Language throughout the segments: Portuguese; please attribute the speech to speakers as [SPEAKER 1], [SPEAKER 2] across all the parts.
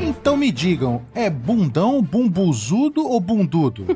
[SPEAKER 1] Então me digam, é bundão, bumbuzudo ou bundudo?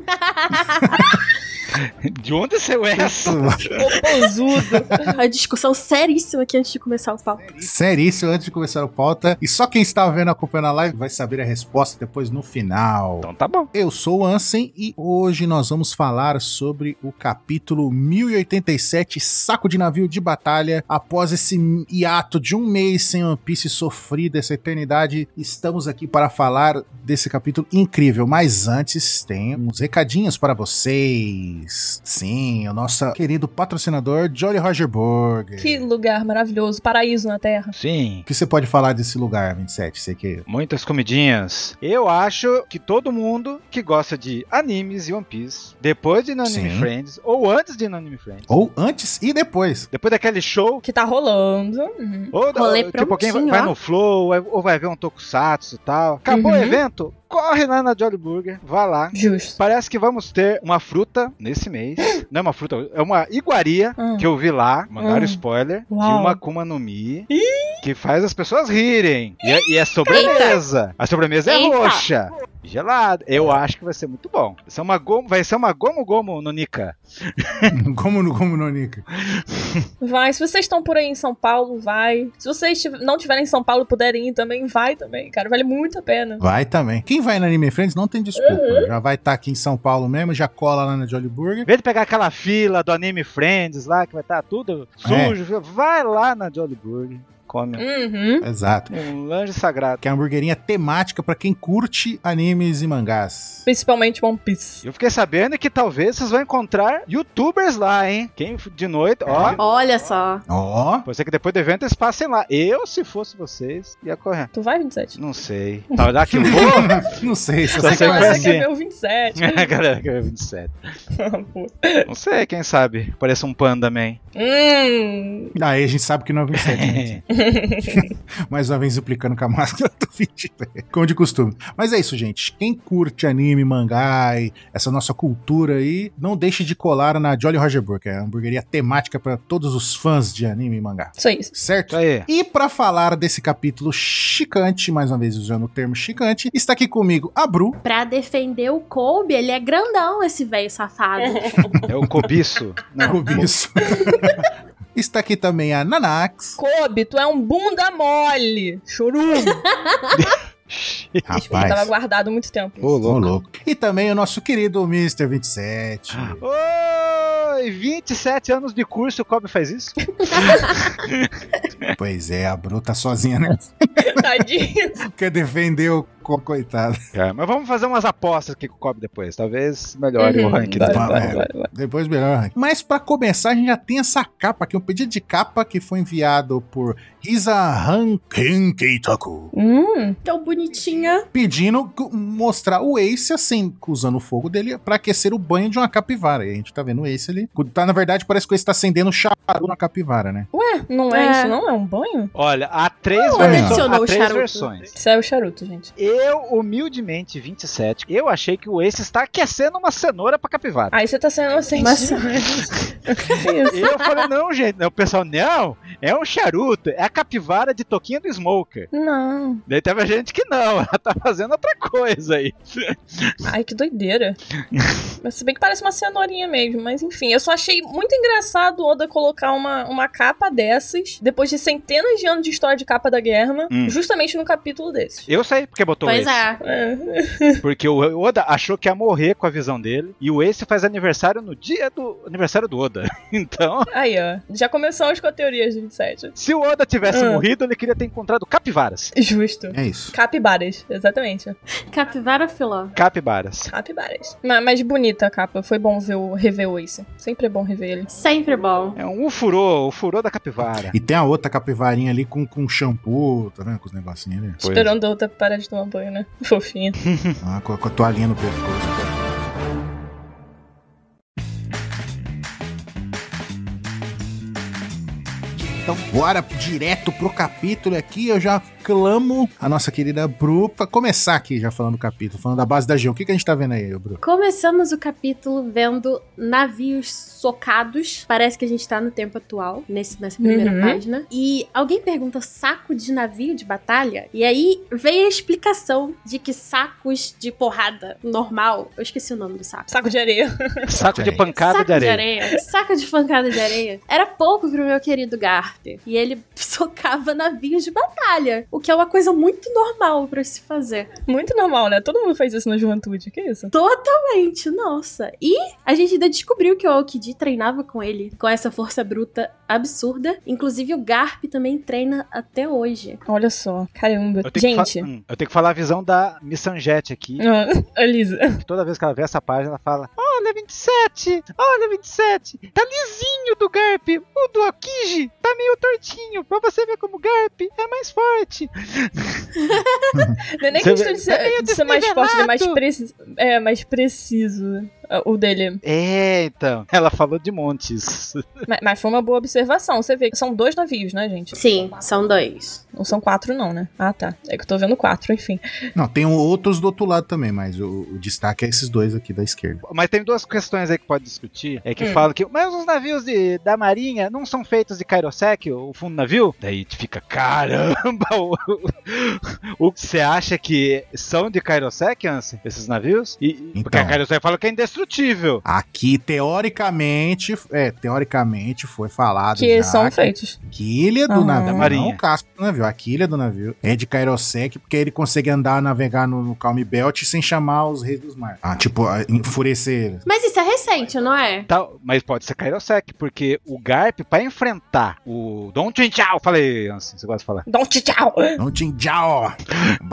[SPEAKER 2] De onde saiu essa?
[SPEAKER 3] Popozudo. A discussão seríssima aqui antes de começar o papo.
[SPEAKER 1] Seríssimo, antes de começar o pauta. E só quem está vendo acompanhando a live vai saber a resposta depois no final.
[SPEAKER 2] Então tá bom.
[SPEAKER 1] Eu sou o Ansem e hoje nós vamos falar sobre o capítulo 1087, Saco de Navio de Batalha. Após esse hiato de um mês sem One Piece sofrido, essa eternidade, estamos aqui para falar desse capítulo incrível. Mas antes, tem uns recadinhos para vocês. Sim, o nosso querido patrocinador, Jolly Roger Burger.
[SPEAKER 3] Que lugar maravilhoso, paraíso na Terra.
[SPEAKER 2] Sim.
[SPEAKER 1] O que você pode falar desse lugar, 27? Você que.
[SPEAKER 2] Muitas comidinhas. Eu acho que todo mundo que gosta de animes e One Piece, depois de Anime
[SPEAKER 1] Sim.
[SPEAKER 2] Friends, ou antes de Anime Friends,
[SPEAKER 1] Ou antes e depois.
[SPEAKER 2] depois daquele show,
[SPEAKER 3] Que tá rolando. Uhum.
[SPEAKER 2] ou da-
[SPEAKER 3] Rolê
[SPEAKER 2] tipo, alguém vai,
[SPEAKER 3] prontinho,
[SPEAKER 2] vai
[SPEAKER 3] ó.
[SPEAKER 2] no Flow, vai- ou vai ver um Tokusatsu e tal. Acabou o
[SPEAKER 3] Uhum.
[SPEAKER 2] evento, corre lá na Jolly Burger, vai lá.
[SPEAKER 3] Justo.
[SPEAKER 2] Parece que vamos ter uma fruta nesse mês. Não é uma fruta, é uma iguaria
[SPEAKER 3] Hum.
[SPEAKER 2] que eu vi lá, mandaram
[SPEAKER 3] Hum.
[SPEAKER 2] spoiler, de
[SPEAKER 3] Uau.
[SPEAKER 2] uma Akuma no Mi que faz as pessoas rirem. E é, e é sobremesa. A sobremesa é
[SPEAKER 3] Eita.
[SPEAKER 2] roxa. Gelada. Eu acho que vai ser muito bom. Vai ser uma gomo, vai ser uma gomo gomo no Nika.
[SPEAKER 1] Como no Como no Nica.
[SPEAKER 3] Vai, se vocês estão por aí em São Paulo, vai. Se vocês tiv- não estiverem em São Paulo e puderem ir também, vai também, cara. Vale muito a pena.
[SPEAKER 1] Vai também. Quem vai na Anime Friends não tem desculpa.
[SPEAKER 2] Uhum.
[SPEAKER 1] Já vai estar aqui em São Paulo mesmo, já cola lá na Jolly Burger.
[SPEAKER 2] Em vez de pegar aquela fila do Anime Friends lá, que vai estar tudo sujo, vai lá na Jolly Burger, come
[SPEAKER 3] Uhum.
[SPEAKER 1] Exato.
[SPEAKER 2] um lanche sagrado.
[SPEAKER 1] Que é uma hamburguerinha temática pra quem curte animes e mangás.
[SPEAKER 3] Principalmente One Piece.
[SPEAKER 2] Eu fiquei sabendo que talvez vocês vão encontrar youtubers lá, hein? Quem f- de noite, ó.
[SPEAKER 4] Olha só.
[SPEAKER 1] Ó,
[SPEAKER 2] Pode ser que depois do evento eles passem lá. Eu, se fosse vocês, ia correr.
[SPEAKER 3] Tu vai, 27?
[SPEAKER 2] Não sei. Tá, já que
[SPEAKER 1] um
[SPEAKER 2] eu vou.
[SPEAKER 1] não sei se
[SPEAKER 2] Só
[SPEAKER 1] você
[SPEAKER 2] sei que
[SPEAKER 3] Você
[SPEAKER 1] conhece.
[SPEAKER 2] assim.
[SPEAKER 3] quer ver o 27?
[SPEAKER 2] A galera que é 27.
[SPEAKER 3] Ah,
[SPEAKER 2] Não sei, quem sabe? Parece um panda man.
[SPEAKER 3] hum.
[SPEAKER 1] Aí a gente sabe que não é 27, né? Mais uma vez implicando com a máscara do 23, como de costume. Mas é isso, gente. Quem curte anime, mangá e essa nossa cultura aí, não deixe de colar na Jolly Roger Burger, é uma hamburgueria temática pra todos os fãs de anime e mangá.
[SPEAKER 3] Isso é isso.
[SPEAKER 1] Certo?
[SPEAKER 2] Isso aí.
[SPEAKER 1] E pra falar desse capítulo chicante, mais uma vez usando o termo chicante, está aqui comigo a Bru,
[SPEAKER 4] Pra defender o Kobe, ele é grandão, esse velho safado.
[SPEAKER 2] É o cobiço.
[SPEAKER 1] É
[SPEAKER 2] Não,
[SPEAKER 1] Rubiço. está aqui também a Nanax.
[SPEAKER 3] Kobe, tu é um bunda mole. Chorume. Tava guardado muito tempo.
[SPEAKER 2] Ô,
[SPEAKER 1] Ô,
[SPEAKER 2] louco. Ah.
[SPEAKER 1] louco. E também o nosso querido Mr. 27.
[SPEAKER 2] Oi, 27 anos de curso, o Kobe faz isso?
[SPEAKER 1] pois é, a Bru tá sozinha, né?
[SPEAKER 3] Tadinho.
[SPEAKER 1] Quer defender o co- coitado.
[SPEAKER 2] É, mas vamos fazer umas apostas aqui com o Kobe depois. Talvez melhore o
[SPEAKER 3] Uhum.
[SPEAKER 2] ranking
[SPEAKER 3] Vai,
[SPEAKER 2] dele.
[SPEAKER 1] Tá,
[SPEAKER 3] vai,
[SPEAKER 1] é.
[SPEAKER 3] vai, vai.
[SPEAKER 1] Depois melhor. Mas pra começar, a gente já tem essa capa aqui, um pedido de capa que foi enviado por Isa Han Keitaku,
[SPEAKER 3] Hum.
[SPEAKER 4] Tão bonitinha.
[SPEAKER 1] pedindo c- mostrar o Ace assim, usando o fogo dele pra aquecer o banho de uma capivara. E a gente tá vendo o Ace ali. Tá, na verdade, parece que o Ace tá acendendo charu na capivara, né?
[SPEAKER 3] Ué, não é,
[SPEAKER 4] É.
[SPEAKER 3] isso não? É um banho?
[SPEAKER 2] Olha, há três,
[SPEAKER 1] Olha,
[SPEAKER 2] versões-
[SPEAKER 4] adicionou
[SPEAKER 2] há
[SPEAKER 4] o
[SPEAKER 2] três
[SPEAKER 4] charuto.
[SPEAKER 2] versões.
[SPEAKER 3] Isso é o charuto, gente.
[SPEAKER 2] Eu, humildemente, 27, eu achei que o Ace está aquecendo uma cenoura pra capivara.
[SPEAKER 3] Aí você tá sendo inocente
[SPEAKER 4] Mas-
[SPEAKER 3] demais. Que isso?
[SPEAKER 2] Eu falei, não, gente. né, O pessoal, não, é um charuto, é a capivara de toquinha do Smoker.
[SPEAKER 3] Não.
[SPEAKER 2] Daí teve gente que não, ela tá fazendo outra coisa aí.
[SPEAKER 3] Ai, que doideira. Mas se bem que parece uma cenourinha mesmo, mas enfim. Eu só achei muito engraçado o Oda colocar uma, uma capa dessas, depois de centenas de anos de história de capa da guerra,
[SPEAKER 2] Hum. justamente
[SPEAKER 3] justamente num capítulo desses.
[SPEAKER 2] Eu sei porque botou
[SPEAKER 4] Pois
[SPEAKER 2] o Ace.
[SPEAKER 4] é.
[SPEAKER 2] Porque o Oda achou que ia morrer com a visão dele. E o Ace faz aniversário no dia do aniversário do Oda. Então,
[SPEAKER 3] Aí, ó. Já começamos com a teoria de 27.
[SPEAKER 2] se o Oda tivesse
[SPEAKER 3] Hum.
[SPEAKER 2] morrido, ele queria ter encontrado capivaras.
[SPEAKER 3] Justo.
[SPEAKER 1] É isso.
[SPEAKER 3] Capibaras, exatamente.
[SPEAKER 4] Capivara filó.
[SPEAKER 2] Capibaras.
[SPEAKER 3] Capibaras. Mas, mas bonita a capa. Foi bom ver o, rever o Ace. Sempre é bom rever ele.
[SPEAKER 4] Sempre bom.
[SPEAKER 2] É um ufurô, o furô da capivara.
[SPEAKER 1] E tem a outra capivarinha ali com, com shampoo, tá vendo? Com os negocinhos ali.
[SPEAKER 2] Pois é.
[SPEAKER 3] Esperando a outra parar de tomar banho, né? Fofinha.
[SPEAKER 1] Ah, com, a- com a toalhinha no pescoço. Então
[SPEAKER 2] então.
[SPEAKER 1] Bora direto pro capítulo aqui. Eu já clamo a nossa querida Bru pra começar aqui já falando do capítulo, falando da base da Geo. O que, que a gente tá vendo aí, Bru?
[SPEAKER 4] Começamos o capítulo vendo navios socados. Parece que a gente tá no tempo atual, nesse, nessa primeira
[SPEAKER 3] Uhum.
[SPEAKER 4] página. E alguém pergunta saco de navio de batalha? E aí veio a explicação de que sacos de porrada normal. Eu esqueci o nome do saco.
[SPEAKER 3] Saco de areia.
[SPEAKER 2] Saco de
[SPEAKER 1] Saco de
[SPEAKER 2] pancada
[SPEAKER 4] saco
[SPEAKER 2] de areia.
[SPEAKER 4] Saco de pancada de areia. Era pouco pro meu querido Garp. E ele socava navios de batalha. O que é uma coisa muito normal pra se fazer.
[SPEAKER 3] Muito normal, né? Todo mundo faz isso na juventude. Que isso?
[SPEAKER 4] Totalmente, nossa. E a gente ainda descobriu que o Aokiji treinava com ele, com essa força bruta absurda. Inclusive, o Garp também treina até hoje.
[SPEAKER 3] Olha só. Caramba.
[SPEAKER 2] Eu tenho, que
[SPEAKER 3] Gente.
[SPEAKER 2] fa- hum, eu tenho que falar a visão da Missanjete aqui.
[SPEAKER 3] Ah, Elisa.
[SPEAKER 2] que Toda vez que ela vê essa página, ela fala: Olha, 27! Olha, 27! Tá lisinho do Garp! O do Akiji tá meio tortinho. Pra você ver como o Garp é mais forte.
[SPEAKER 3] Não é nem
[SPEAKER 2] Você
[SPEAKER 3] questão
[SPEAKER 2] vê-
[SPEAKER 3] de ser, de ser mais forte, ele é mais, preci é, mais preciso. ah, O dele.
[SPEAKER 2] É, então. Ela falou de montes.
[SPEAKER 3] Mas, mas foi uma boa observação. Você vê que são dois navios, né, gente?
[SPEAKER 4] Sim, são dois.
[SPEAKER 3] Não são quatro, não, né? Ah, tá. É que eu tô vendo quatro, enfim.
[SPEAKER 1] Não, tem um, outros do outro lado também, mas o, o destaque é esses dois aqui da esquerda.
[SPEAKER 2] Mas tem duas questões aí que pode discutir. É que
[SPEAKER 3] Hum.
[SPEAKER 2] falam que. Mas os navios de- da marinha não são feitos de Kairosek, o fundo do navio? Daí tu fica, caramba! o- o- o- Você acha que são de Kairosek, Ansem, esses navios? E, e- Porque
[SPEAKER 1] Então.
[SPEAKER 2] a Kairosek fala que é indestrutível.
[SPEAKER 1] Aqui, teoricamente, é, teoricamente foi falado
[SPEAKER 3] Que
[SPEAKER 1] já
[SPEAKER 3] são
[SPEAKER 1] que
[SPEAKER 3] feitos.
[SPEAKER 1] que ilha do
[SPEAKER 3] Aham.
[SPEAKER 1] navio,
[SPEAKER 3] Da
[SPEAKER 2] marinha.
[SPEAKER 1] não o casco do navio, a quilha do navio é de Kairosek, porque ele consegue andar, navegar no, no Calm Belt sem chamar os reis dos mares. Ah, tipo, ah, enfurecer.
[SPEAKER 4] Mas isso é recente, não é?
[SPEAKER 2] Tá, mas pode ser Kairosek, porque o Garp, pra enfrentar o Don Chin Chao, falei, Ansem, você gosta de falar?
[SPEAKER 3] Dá um tchau!
[SPEAKER 1] Não tinjao!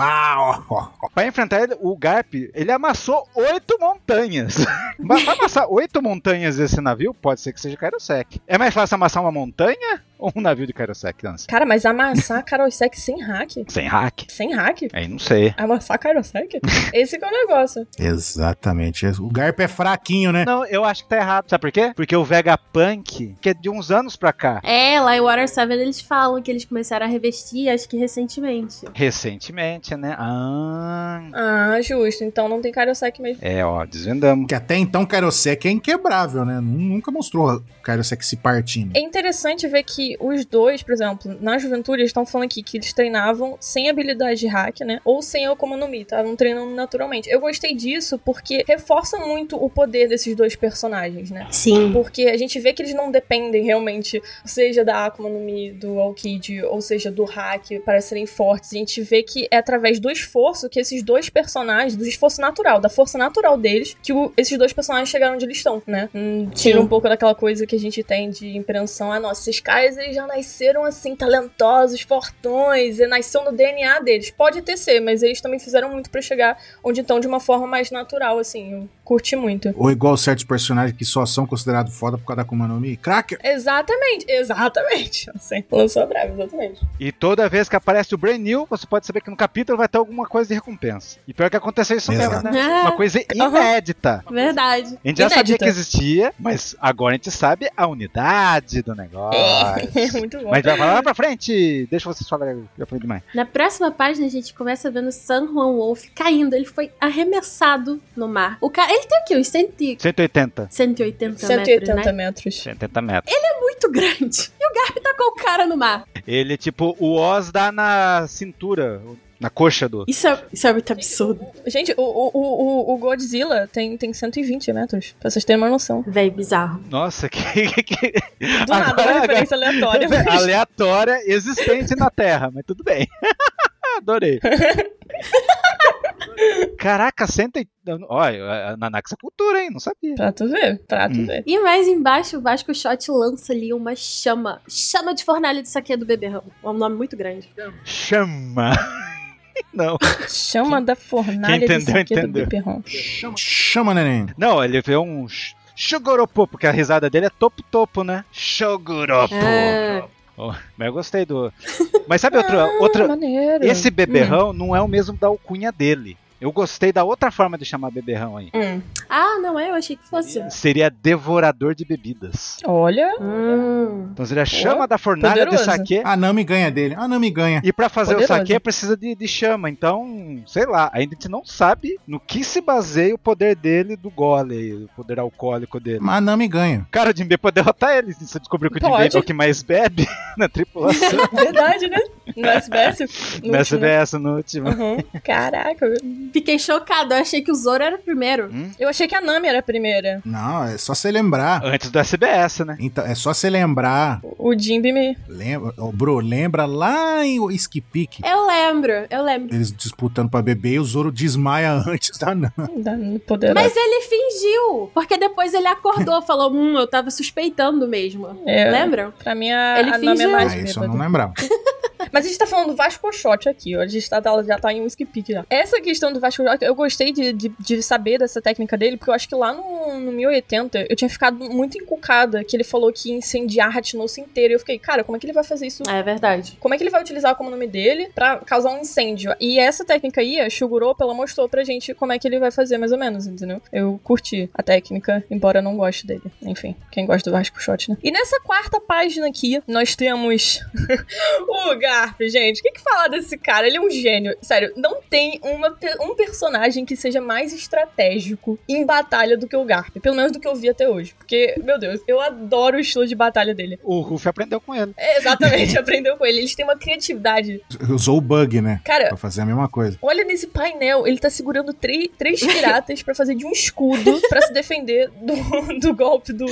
[SPEAKER 1] Bao!
[SPEAKER 2] Pra enfrentar ele, o Garp, ele amassou oito montanhas. Mas pra amassar oito montanhas desse navio, pode ser que seja Kairosek. É mais fácil amassar uma montanha ou um navio de Kairosek, Lance?
[SPEAKER 3] Cara, mas amassar Karosek sem hack?
[SPEAKER 2] Sem hack?
[SPEAKER 3] Sem hack? É
[SPEAKER 2] Aí não sei.
[SPEAKER 3] Amassar Karosek? Esse que é o negócio.
[SPEAKER 1] Exatamente. O Garp é fraquinho, né?
[SPEAKER 2] Não, eu acho que tá errado. Sabe por quê? Porque o Vegapunk, que é de uns anos pra cá,
[SPEAKER 4] É, lá em Water 7 eles falam que eles começaram a revestir, acho que recentemente.
[SPEAKER 2] recentemente, né? Ah.
[SPEAKER 3] Ah, justo. Então não tem Karosek mesmo.
[SPEAKER 2] É, ó, desvendamos.
[SPEAKER 1] Que até então Kairosek é inquebrável, né? Nu- Nunca mostrou o Kairosek se partindo.
[SPEAKER 3] É interessante ver que os dois, por exemplo, na juventude, eles estão falando aqui que eles treinavam sem habilidade de hack, né? Ou sem tá? Akuma no Mi, estavam treinando naturalmente. Eu gostei disso porque reforça muito o poder desses dois personagens, né?
[SPEAKER 4] Sim.
[SPEAKER 3] Porque a gente vê que eles não dependem realmente, seja da Akuma no Mi, do Aokid, ou seja, do hack, para serem fortes. A gente vê que é através do esforço que esses dois personagens, do esforço natural, da força natural deles, que o- esses dois personagens chegaram onde eles estão, né? Hum, tira
[SPEAKER 4] Sim.
[SPEAKER 3] um pouco daquela coisa que a gente tem de impressão, ah, nossa, esses caras, eles já nasceram assim, talentosos, fortões, e nasceu no DNA deles. Pode até ser, mas eles também fizeram muito pra chegar onde estão de uma forma mais natural, assim. Eu curti muito.
[SPEAKER 1] Ou igual certos personagens que só são considerados foda por causa da Akuma no Mi. Cracker!
[SPEAKER 3] Exatamente, exatamente. Assim, lançou a brava, exatamente.
[SPEAKER 2] E toda vez que aparece o Brand New, você pode saber que no capítulo vai ter alguma coisa de recompensa. E pior que aconteceu isso mesmo,
[SPEAKER 1] Exato.
[SPEAKER 2] né? Uma
[SPEAKER 4] Ah,
[SPEAKER 2] coisa
[SPEAKER 3] Aham.
[SPEAKER 2] inédita.
[SPEAKER 4] verdade.
[SPEAKER 2] A gente já sabia
[SPEAKER 3] Inédita.
[SPEAKER 2] que existia, mas agora a gente sabe a unidade do
[SPEAKER 3] É,
[SPEAKER 2] negócio.
[SPEAKER 3] muito bom.
[SPEAKER 2] Mas vai falar lá pra frente. Deixa vocês falarem. Já falei demais.
[SPEAKER 4] Na próxima página, a gente começa vendo San Juan Wolf caindo. Ele foi arremessado no mar. O cara, ele tem o quê? Uns 100 e-
[SPEAKER 2] 180.
[SPEAKER 4] 180,
[SPEAKER 3] 180
[SPEAKER 4] metros, né?
[SPEAKER 3] metros.
[SPEAKER 2] 180 metros.
[SPEAKER 4] Muito grande. E o Garp tacou o cara no mar.
[SPEAKER 2] Ele, tipo, o Oz dá na cintura, na coxa do.
[SPEAKER 4] Isso é, isso é muito absurdo.
[SPEAKER 3] Gente, o, o, o, o- o Godzilla tem, tem 120 metros, pra vocês terem uma noção.
[SPEAKER 4] Véi, bizarro.
[SPEAKER 2] Nossa, que. que-
[SPEAKER 3] Do nada, uma referência aleatória. mas-
[SPEAKER 2] aleatória existente na Terra, mas tudo bem. Adorei. Caraca, 180. Olha, na Naxa é Cultura, hein? Não sabia.
[SPEAKER 3] Pra tu ver, pra tu
[SPEAKER 2] Hum.
[SPEAKER 3] ver.
[SPEAKER 4] E mais embaixo, o Vasco Shot lança ali uma chama. Chama de fornalha de saque do beberrão. É um nome muito grande.
[SPEAKER 2] Chama. Não.
[SPEAKER 3] Chama da fornalha
[SPEAKER 2] Quem
[SPEAKER 3] de
[SPEAKER 2] entendeu,
[SPEAKER 3] saque do
[SPEAKER 2] entendeu.
[SPEAKER 3] beberrão.
[SPEAKER 1] Chama, neném!
[SPEAKER 2] Não, ele vê um sh- Shogoropo, porque a risada dele é topo-topo, né? Shogoropo.
[SPEAKER 4] Ah.
[SPEAKER 2] Oh, mas eu gostei do. Mas sabe outro. outro...
[SPEAKER 3] Ah, maneiro.
[SPEAKER 2] Esse beberrão não é o mesmo da alcunha dele. Eu gostei da outra forma de chamar beberrão aí.
[SPEAKER 3] Hum.
[SPEAKER 4] Ah, não é? Eu achei que fosse.
[SPEAKER 2] Seria devorador de bebidas.
[SPEAKER 3] Olha.
[SPEAKER 4] Hum.
[SPEAKER 2] Então seria chama da fornalha
[SPEAKER 3] poderoso. Ah,
[SPEAKER 2] de saquê.
[SPEAKER 1] A Nami ganha dele. A Nami ganha.
[SPEAKER 2] E pra fazer
[SPEAKER 3] Poderoso.
[SPEAKER 2] o saquê precisa de, de chama. Então, sei lá, ainda a gente não sabe no que se baseia o poder dele do gole, aí, o poder alcoólico dele.
[SPEAKER 1] Mas a Nami ganha.
[SPEAKER 2] Cara, o Jinbei pode derrotar ele. Se você descobrir que o
[SPEAKER 3] Pode.
[SPEAKER 2] Jinbei é o que mais bebe na tripulação.
[SPEAKER 3] Verdade, né? No SBS? No
[SPEAKER 2] Nessa
[SPEAKER 3] último.
[SPEAKER 2] dessa, no né? último.
[SPEAKER 3] Uhum. Caraca.
[SPEAKER 4] Fiquei chocada. Eu achei que o Zoro era o primeiro.
[SPEAKER 3] Eu achei que a Nami era a primeira.
[SPEAKER 1] Não, é só você lembrar.
[SPEAKER 2] Antes do SBS, né?
[SPEAKER 1] Então, é só você lembrar.
[SPEAKER 3] O Jimby me.
[SPEAKER 1] Lembra, ô, Bro, lembra lá em Skipik,
[SPEAKER 4] Eu lembro, eu lembro.
[SPEAKER 1] eles disputando pra beber e o Zoro desmaia antes da Nami.
[SPEAKER 3] dá no poder.
[SPEAKER 4] Mas ele fingiu, porque depois ele acordou, falou, hum, eu tava suspeitando mesmo.
[SPEAKER 3] É.
[SPEAKER 4] Lembram?
[SPEAKER 3] Pra mim, a,
[SPEAKER 4] Ele
[SPEAKER 3] a Nami é
[SPEAKER 4] fingiu.
[SPEAKER 3] mais
[SPEAKER 1] Ah, isso eu
[SPEAKER 3] bêbada.
[SPEAKER 1] não lembrava.
[SPEAKER 3] Mas a gente tá falando do Vasco Shot aqui, ó. A gente tá, tá- já tá em um skip já. Essa questão do Vasco Shot, eu gostei de, de, de saber dessa técnica dele, porque eu acho que lá no, no 1080 eu tinha ficado muito encucada que ele falou que ia incendiar a Ratinosa inteira. E eu fiquei, cara, como é que ele vai fazer isso?
[SPEAKER 4] É verdade.
[SPEAKER 3] Como é que ele vai utilizar como nome dele pra causar um incêndio? E essa técnica aí, a Shuguropa, ela mostrou pra gente como é que ele vai fazer, mais ou menos, entendeu? Eu curti a técnica, embora eu não goste dele. Enfim, quem gosta do Vasco Shot, né? E nessa quarta página aqui, nós temos o Garp, gente. O que, que falar desse cara? Ele é um gênio. Sério, não tem uma pe- um personagem que seja mais estratégico em batalha do que o Garp. Pelo menos do que eu vi até hoje. Porque, meu Deus, eu adoro o estilo de batalha dele.
[SPEAKER 2] O Ruff aprendeu com ele.
[SPEAKER 3] É, exatamente, aprendeu com ele. Eles têm uma criatividade.
[SPEAKER 1] Usou o bug, né?
[SPEAKER 3] Cara,
[SPEAKER 1] Pra fazer a mesma coisa.
[SPEAKER 3] Olha nesse painel, ele tá segurando três, três piratas pra fazer de um escudo pra se defender do, do golpe do.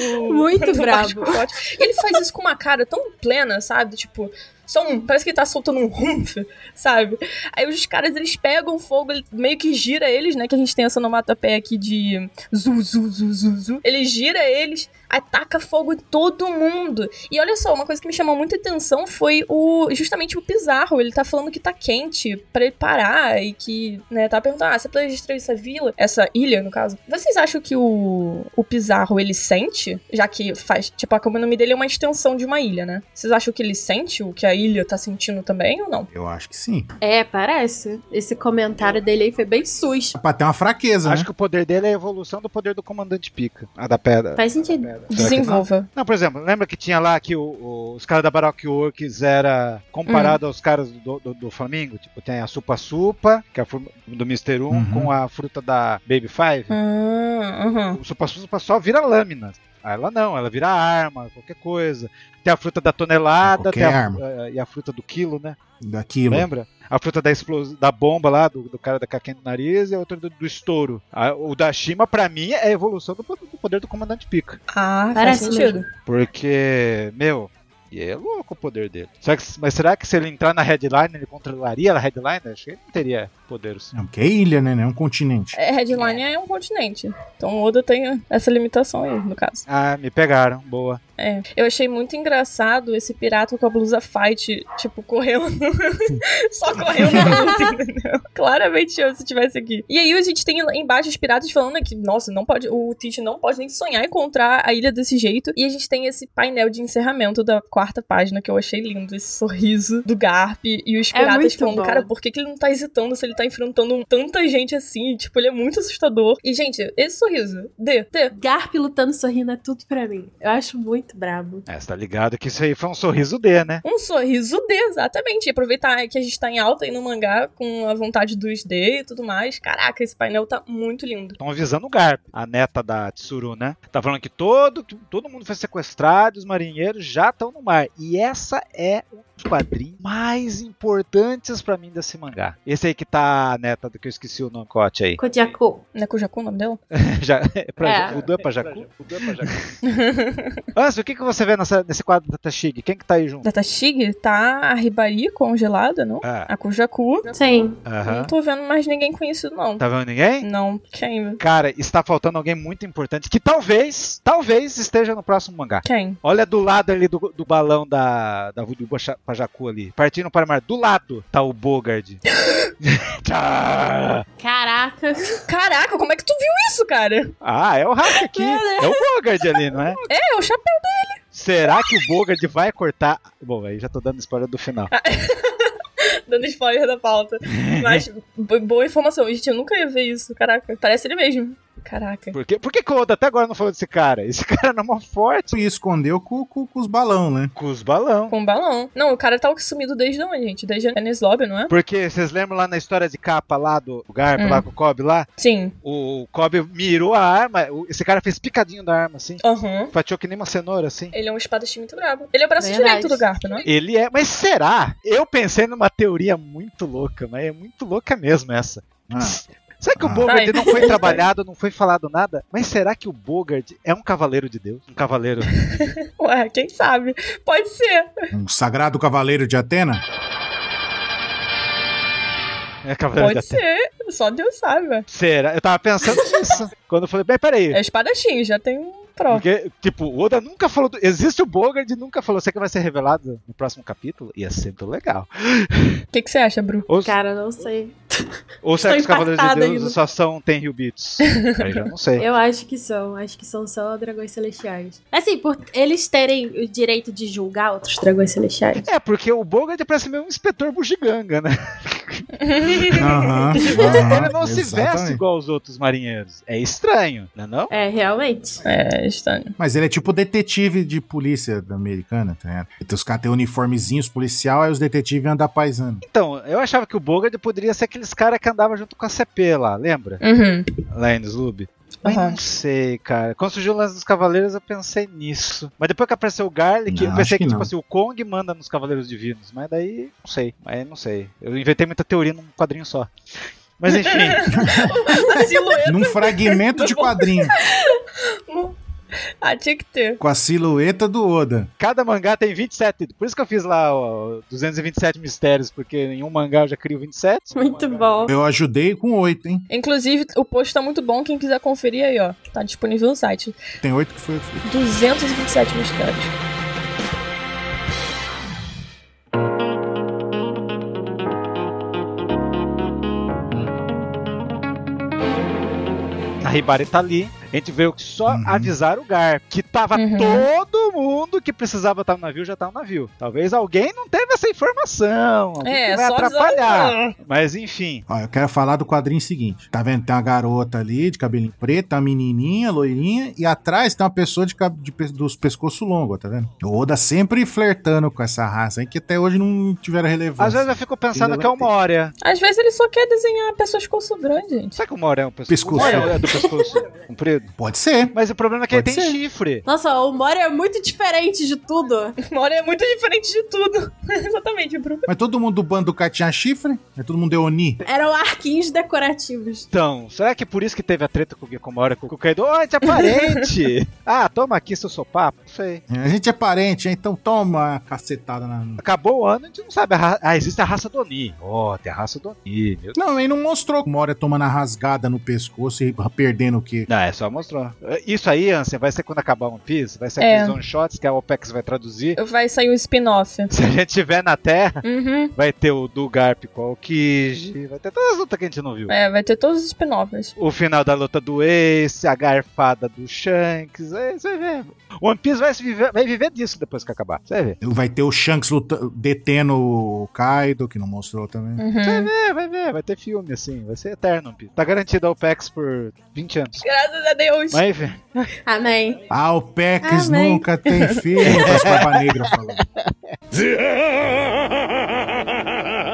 [SPEAKER 4] Muito
[SPEAKER 3] do
[SPEAKER 4] brabo.
[SPEAKER 3] Vasco. E ele faz isso com uma cara tão plena, sabe? Tipo, só um. Parece que ele tá soltando um rumpf, sabe? Aí os caras eles pegam fogo, ele meio que gira eles, né? Que a gente tem essa onomatopeia aqui de zu, zu, zu, zu, zu. Ele gira eles, ataca fogo em todo mundo. E olha só, uma coisa que me chamou muita atenção foi o justamente o Pizarro. Ele tá falando que tá quente pra ele parar e que, né, tá perguntando: ah, você planejou essa vila, essa ilha, no caso. Vocês acham que o, o Pizarro ele sente? Já que faz. Tipo, a como o nome dele é uma extensão de uma ilha, né? Vocês acham que ele sente o que a ilha tá sentindo também ou não?
[SPEAKER 1] Eu acho que sim.
[SPEAKER 4] É, parece. Esse comentário dele aí foi bem sus.
[SPEAKER 1] Pra ter uma fraqueza,
[SPEAKER 2] Acho
[SPEAKER 1] né?
[SPEAKER 2] que o poder dele é a evolução do poder do comandante pica. A da pedra.
[SPEAKER 4] Faz sentido.
[SPEAKER 3] Desenvolva.
[SPEAKER 2] Não, por exemplo, lembra que tinha lá que o- o- os caras da Baroque Works era comparado
[SPEAKER 1] Hum.
[SPEAKER 2] aos caras do, do, do Flamingo? Tipo, tem a Supa Supa, que é a fru- do Mr. 1,
[SPEAKER 1] Uhum.
[SPEAKER 2] com a fruta da Baby Five.
[SPEAKER 3] Ah, uhum.
[SPEAKER 2] O Supa Supa só vira lâmina. Ah, Ela não, ela vira arma, qualquer coisa. Tem a fruta da tonelada,
[SPEAKER 1] Qualquer
[SPEAKER 2] tem a-
[SPEAKER 1] arma.
[SPEAKER 2] eh, e a fruta do quilo, né?
[SPEAKER 1] Daquilo.
[SPEAKER 2] Lembra? A fruta da explosão, da bomba lá, do, do cara da caquinha no nariz, e a outra do, do estouro. A- o da Shima, pra mim, é a evolução do, po- do poder do comandante Pika.
[SPEAKER 3] Ah,
[SPEAKER 4] Parece
[SPEAKER 3] faz sentido.
[SPEAKER 2] Porque, meu, e é louco o poder dele. Será que, mas será que se ele entrar na headline, ele controlaria a headline? Acho que ele não teria poderes.
[SPEAKER 1] Não, porque é ilha, né? Não é um continente.
[SPEAKER 3] É, headline é. um continente. Então o Oda tem essa limitação aí, no caso.
[SPEAKER 2] Ah, me pegaram, boa.
[SPEAKER 3] É. Eu achei muito engraçado esse pirata com a blusa fight, tipo, correndo. Só correndo na luta, entendeu? Claramente eu se tivesse aqui. E aí a gente tem embaixo os piratas falando que, nossa, não pode. O Teach não pode nem sonhar encontrar a ilha desse jeito. E a gente tem esse painel de encerramento da quarta página que eu achei lindo. Esse sorriso do Garp e os
[SPEAKER 4] É
[SPEAKER 3] piratas
[SPEAKER 4] muito
[SPEAKER 3] falando,
[SPEAKER 4] bom.
[SPEAKER 3] cara, por que, que ele não tá hesitando se ele tá enfrentando um- tanta gente assim? Tipo, ele é muito assustador. E, gente, esse sorriso. D, D.
[SPEAKER 4] Garp lutando sorrindo é tudo pra mim. Eu acho muito brabo.
[SPEAKER 2] É, você tá ligado que isso aí foi um sorriso D, né?
[SPEAKER 3] Um sorriso D, exatamente. E aproveitar que a gente tá em alta aí no mangá com a vontade dos D e tudo mais. Caraca, esse painel tá muito lindo.
[SPEAKER 2] Estão avisando o Garp, a neta da Tsuru, né? Tá falando que todo, que todo mundo foi sequestrado, os marinheiros já estão no mar. E essa é um dos quadrinhos mais importantes pra mim desse mangá. Esse aí que tá a neta do que eu esqueci o nome cote aí.
[SPEAKER 4] Kodiaku.
[SPEAKER 3] Nekojaku, o nome dela?
[SPEAKER 2] Já, é pra,
[SPEAKER 4] É.
[SPEAKER 2] O é Dupa Jacu? Anso, o que, que você vê nessa- nesse quadro da Tashig? Quem que tá aí junto?
[SPEAKER 3] Da Tashig tá a Ribari congelada, não?
[SPEAKER 2] Ah,
[SPEAKER 3] A Kujaku.
[SPEAKER 4] Sim.
[SPEAKER 3] Não
[SPEAKER 2] aham.
[SPEAKER 3] tô vendo mais ninguém conhecido, não.
[SPEAKER 2] Tá vendo ninguém?
[SPEAKER 3] Não, quem?
[SPEAKER 2] Cara, está faltando alguém muito importante que talvez, talvez esteja no próximo mangá.
[SPEAKER 3] Quem?
[SPEAKER 2] Olha do lado ali do, do balão da, da Voodoo Bacha- Pajacu ali. Partindo para o mar. Do lado tá o Bogard. Tchá!
[SPEAKER 4] Caraca.
[SPEAKER 3] Caraca, como é que tu viu isso, cara?
[SPEAKER 2] ah, é o Hack aqui. É o Bogard ali, não é?
[SPEAKER 3] É, o chapéu.
[SPEAKER 2] Será que o Bogard vai cortar... Bom, aí já tô dando spoiler do final.
[SPEAKER 3] dando spoiler da pauta. Mas bo- boa informação. Gente, eu nunca ia ver isso. Caraca, parece ele mesmo. Caraca.
[SPEAKER 2] Por, quê? Por que, que o Oda até agora não falou desse cara? Esse cara não é mó forte.
[SPEAKER 1] E escondeu com, com- com os balão, né?
[SPEAKER 2] Com os balão.
[SPEAKER 3] Com um balão. Não, o cara tá sumido desde onde, gente? Desde Anis Lobby, não é?
[SPEAKER 2] Porque vocês lembram lá na história de capa lá do Garp,
[SPEAKER 3] Hum.
[SPEAKER 2] lá com o Cobb lá?
[SPEAKER 3] Sim.
[SPEAKER 2] O Cobb mirou a arma, o- esse cara fez picadinho da arma, assim.
[SPEAKER 3] Aham.
[SPEAKER 2] Fatiou que nem uma cenoura, assim.
[SPEAKER 3] Ele é um espadachim muito brabo. Ele é o braço
[SPEAKER 4] Verdade.
[SPEAKER 3] direito do Garp, não é?
[SPEAKER 2] Ele é. Mas será? Eu pensei numa teoria muito louca, mas é muito louca mesmo essa.
[SPEAKER 1] Ah,
[SPEAKER 2] Será que o
[SPEAKER 1] Ah.
[SPEAKER 2] Bogard
[SPEAKER 3] Vai.
[SPEAKER 2] não foi trabalhado, não foi falado nada? Mas será que o Bogard é um cavaleiro de Deus? Um cavaleiro.
[SPEAKER 3] Ué, quem sabe? Pode ser.
[SPEAKER 1] um sagrado cavaleiro de Atena?
[SPEAKER 2] É cavaleiro
[SPEAKER 3] Pode
[SPEAKER 2] de Atena.
[SPEAKER 3] ser. Só Deus sabe. ué.
[SPEAKER 2] Será? Eu tava pensando nisso. quando eu falei, bem, peraí.
[SPEAKER 3] É espadachim, já tem um pró.
[SPEAKER 2] Porque, tipo, o Oda nunca falou. do- Existe o Bogard e nunca falou. Será que vai ser revelado no próximo capítulo? Ia ser muito legal.
[SPEAKER 3] O que, que você acha, Bru?
[SPEAKER 2] Ou,
[SPEAKER 4] Cara, não sei.
[SPEAKER 2] ou será que os
[SPEAKER 4] estou
[SPEAKER 2] Cavaleiros de
[SPEAKER 4] impactada
[SPEAKER 2] Deus
[SPEAKER 4] ainda.
[SPEAKER 2] só são Tenryubits? Aí já não sei.
[SPEAKER 4] Eu acho que são. Acho que são só dragões celestiais. Assim, por eles terem o direito de julgar outros dragões celestiais.
[SPEAKER 2] É, porque o Bogard parece meio um inspetor bugiganga, né?
[SPEAKER 1] Aham.
[SPEAKER 2] Ele não
[SPEAKER 1] aham,
[SPEAKER 2] se veste
[SPEAKER 1] Ah, exatamente.
[SPEAKER 2] igual aos outros marinheiros. É estranho, não é não?
[SPEAKER 4] É, realmente.
[SPEAKER 3] É, estranho.
[SPEAKER 1] Mas ele é tipo detetive de polícia americana, tá ligado? Então os caras têm uniformezinhos policial, aí os detetives andam paisando.
[SPEAKER 2] Então, eu achava que o Bogard poderia ser aqueles caras que andava junto com a CP lá, lembra?
[SPEAKER 3] Uhum.
[SPEAKER 2] Lá em Slub. Mas
[SPEAKER 3] Aham.
[SPEAKER 2] não sei, cara. Quando surgiu o lance dos Cavaleiros, eu pensei nisso. Mas depois que apareceu o Garlic,
[SPEAKER 1] Não,
[SPEAKER 2] eu
[SPEAKER 1] acho
[SPEAKER 2] pensei
[SPEAKER 1] que
[SPEAKER 2] que,
[SPEAKER 1] não.
[SPEAKER 2] tipo assim, o Kong manda nos Cavaleiros Divinos. Mas daí, não sei. Mas não sei. Eu inventei muita teoria num quadrinho só. Mas enfim.
[SPEAKER 3] A silhueta.
[SPEAKER 1] Num fragmento de quadrinho,
[SPEAKER 3] Ah, tinha que ter.
[SPEAKER 1] com a silhueta do Oda.
[SPEAKER 2] Cada mangá tem 27. Por isso que eu fiz lá ó, 227 mistérios, porque em um mangá eu já crio 27.
[SPEAKER 4] Muito bom.
[SPEAKER 1] Eu ajudei com oito, hein?
[SPEAKER 3] Inclusive, o post tá muito bom. Quem quiser conferir aí, ó. Tá disponível no site.
[SPEAKER 1] Tem oito que foi eu que fiz.
[SPEAKER 3] 227 mistérios.
[SPEAKER 2] A Ribari tá ali. A gente veio que só
[SPEAKER 1] Uhum.
[SPEAKER 2] avisar o Gar, que tava
[SPEAKER 3] Uhum.
[SPEAKER 2] todo mundo que precisava estar no navio já tá no navio. Talvez alguém não teve essa informação. alguém que
[SPEAKER 3] É,
[SPEAKER 2] vai
[SPEAKER 3] só
[SPEAKER 2] atrapalhar.
[SPEAKER 3] avisar.
[SPEAKER 2] Mas enfim.
[SPEAKER 1] Ó, eu quero falar do quadrinho seguinte. Tá vendo? Tem uma garota ali de cabelinho preto, tá uma menininha, loirinha, e atrás tem uma pessoa de, cab- de pe- dos pescoço longo, tá vendo? O Oda sempre flertando com essa raça aí, que até hoje não tiveram
[SPEAKER 2] Às vezes
[SPEAKER 1] relevância.
[SPEAKER 2] eu fico pensando
[SPEAKER 1] Ainda
[SPEAKER 2] que é
[SPEAKER 1] vai
[SPEAKER 2] uma hora.
[SPEAKER 3] Às vezes ele só quer desenhar pessoas com sobrante, gente.
[SPEAKER 2] Será que uma hora é um pescoço?
[SPEAKER 1] Pescoço.
[SPEAKER 2] Uma hora é do pescoço comprido.
[SPEAKER 1] Pode ser.
[SPEAKER 2] Mas o problema é que
[SPEAKER 1] Pode
[SPEAKER 2] ele tem
[SPEAKER 1] ser.
[SPEAKER 2] chifre.
[SPEAKER 4] Nossa, o Mori é muito diferente de tudo.
[SPEAKER 3] Mora é muito diferente de tudo. Exatamente, Bru.
[SPEAKER 1] Mas todo mundo do bando do cara tinha chifre? É todo mundo é Oni?
[SPEAKER 4] Eram arquinhos decorativos.
[SPEAKER 2] Então, será que por isso que teve a treta com o Gyakumora, com o Kaido? Ó, a gente é parente! ah, toma aqui seu sopapo. Não sei.
[SPEAKER 1] É, A gente é parente, hein? então toma a cacetada na.
[SPEAKER 2] Acabou o ano, a gente não sabe. a ra- Ah, existe a raça do Oni. Ó, tem a raça do Oni. Meu
[SPEAKER 1] Não, ele não mostrou. Uma hora tomando a rasgada no pescoço e perdendo o quê?
[SPEAKER 2] Não, é só mostrou. Isso aí, Ansem, vai ser quando acabar One Piece? Vai ser
[SPEAKER 3] É.
[SPEAKER 2] aqueles one-shots que a OPEX vai traduzir?
[SPEAKER 3] Vai sair um spin-off.
[SPEAKER 2] Se a gente tiver na Terra,
[SPEAKER 3] Uhum.
[SPEAKER 2] vai ter o do Garp com o Kiji, vai ter todas as lutas que a gente não viu.
[SPEAKER 3] É, vai ter todos os spin-offs.
[SPEAKER 2] O final da luta do Ace, a garfada do Shanks, é, você vê. One Piece vai, se viver, vai viver disso depois que acabar, você vê.
[SPEAKER 1] Vai ter o Shanks luta- detendo o Kaido, que não mostrou também.
[SPEAKER 2] Você
[SPEAKER 3] Uhum.
[SPEAKER 2] vê, vai ver, vai ter filme assim, vai ser eterno One Piece. Tá garantido a OPEX por 20 anos.
[SPEAKER 3] Graças a Deus.
[SPEAKER 2] Mas enfim.
[SPEAKER 4] Amém.
[SPEAKER 1] Ah, o Pecs
[SPEAKER 4] Amém.
[SPEAKER 1] nunca tem filho, mas Barba Negra falando.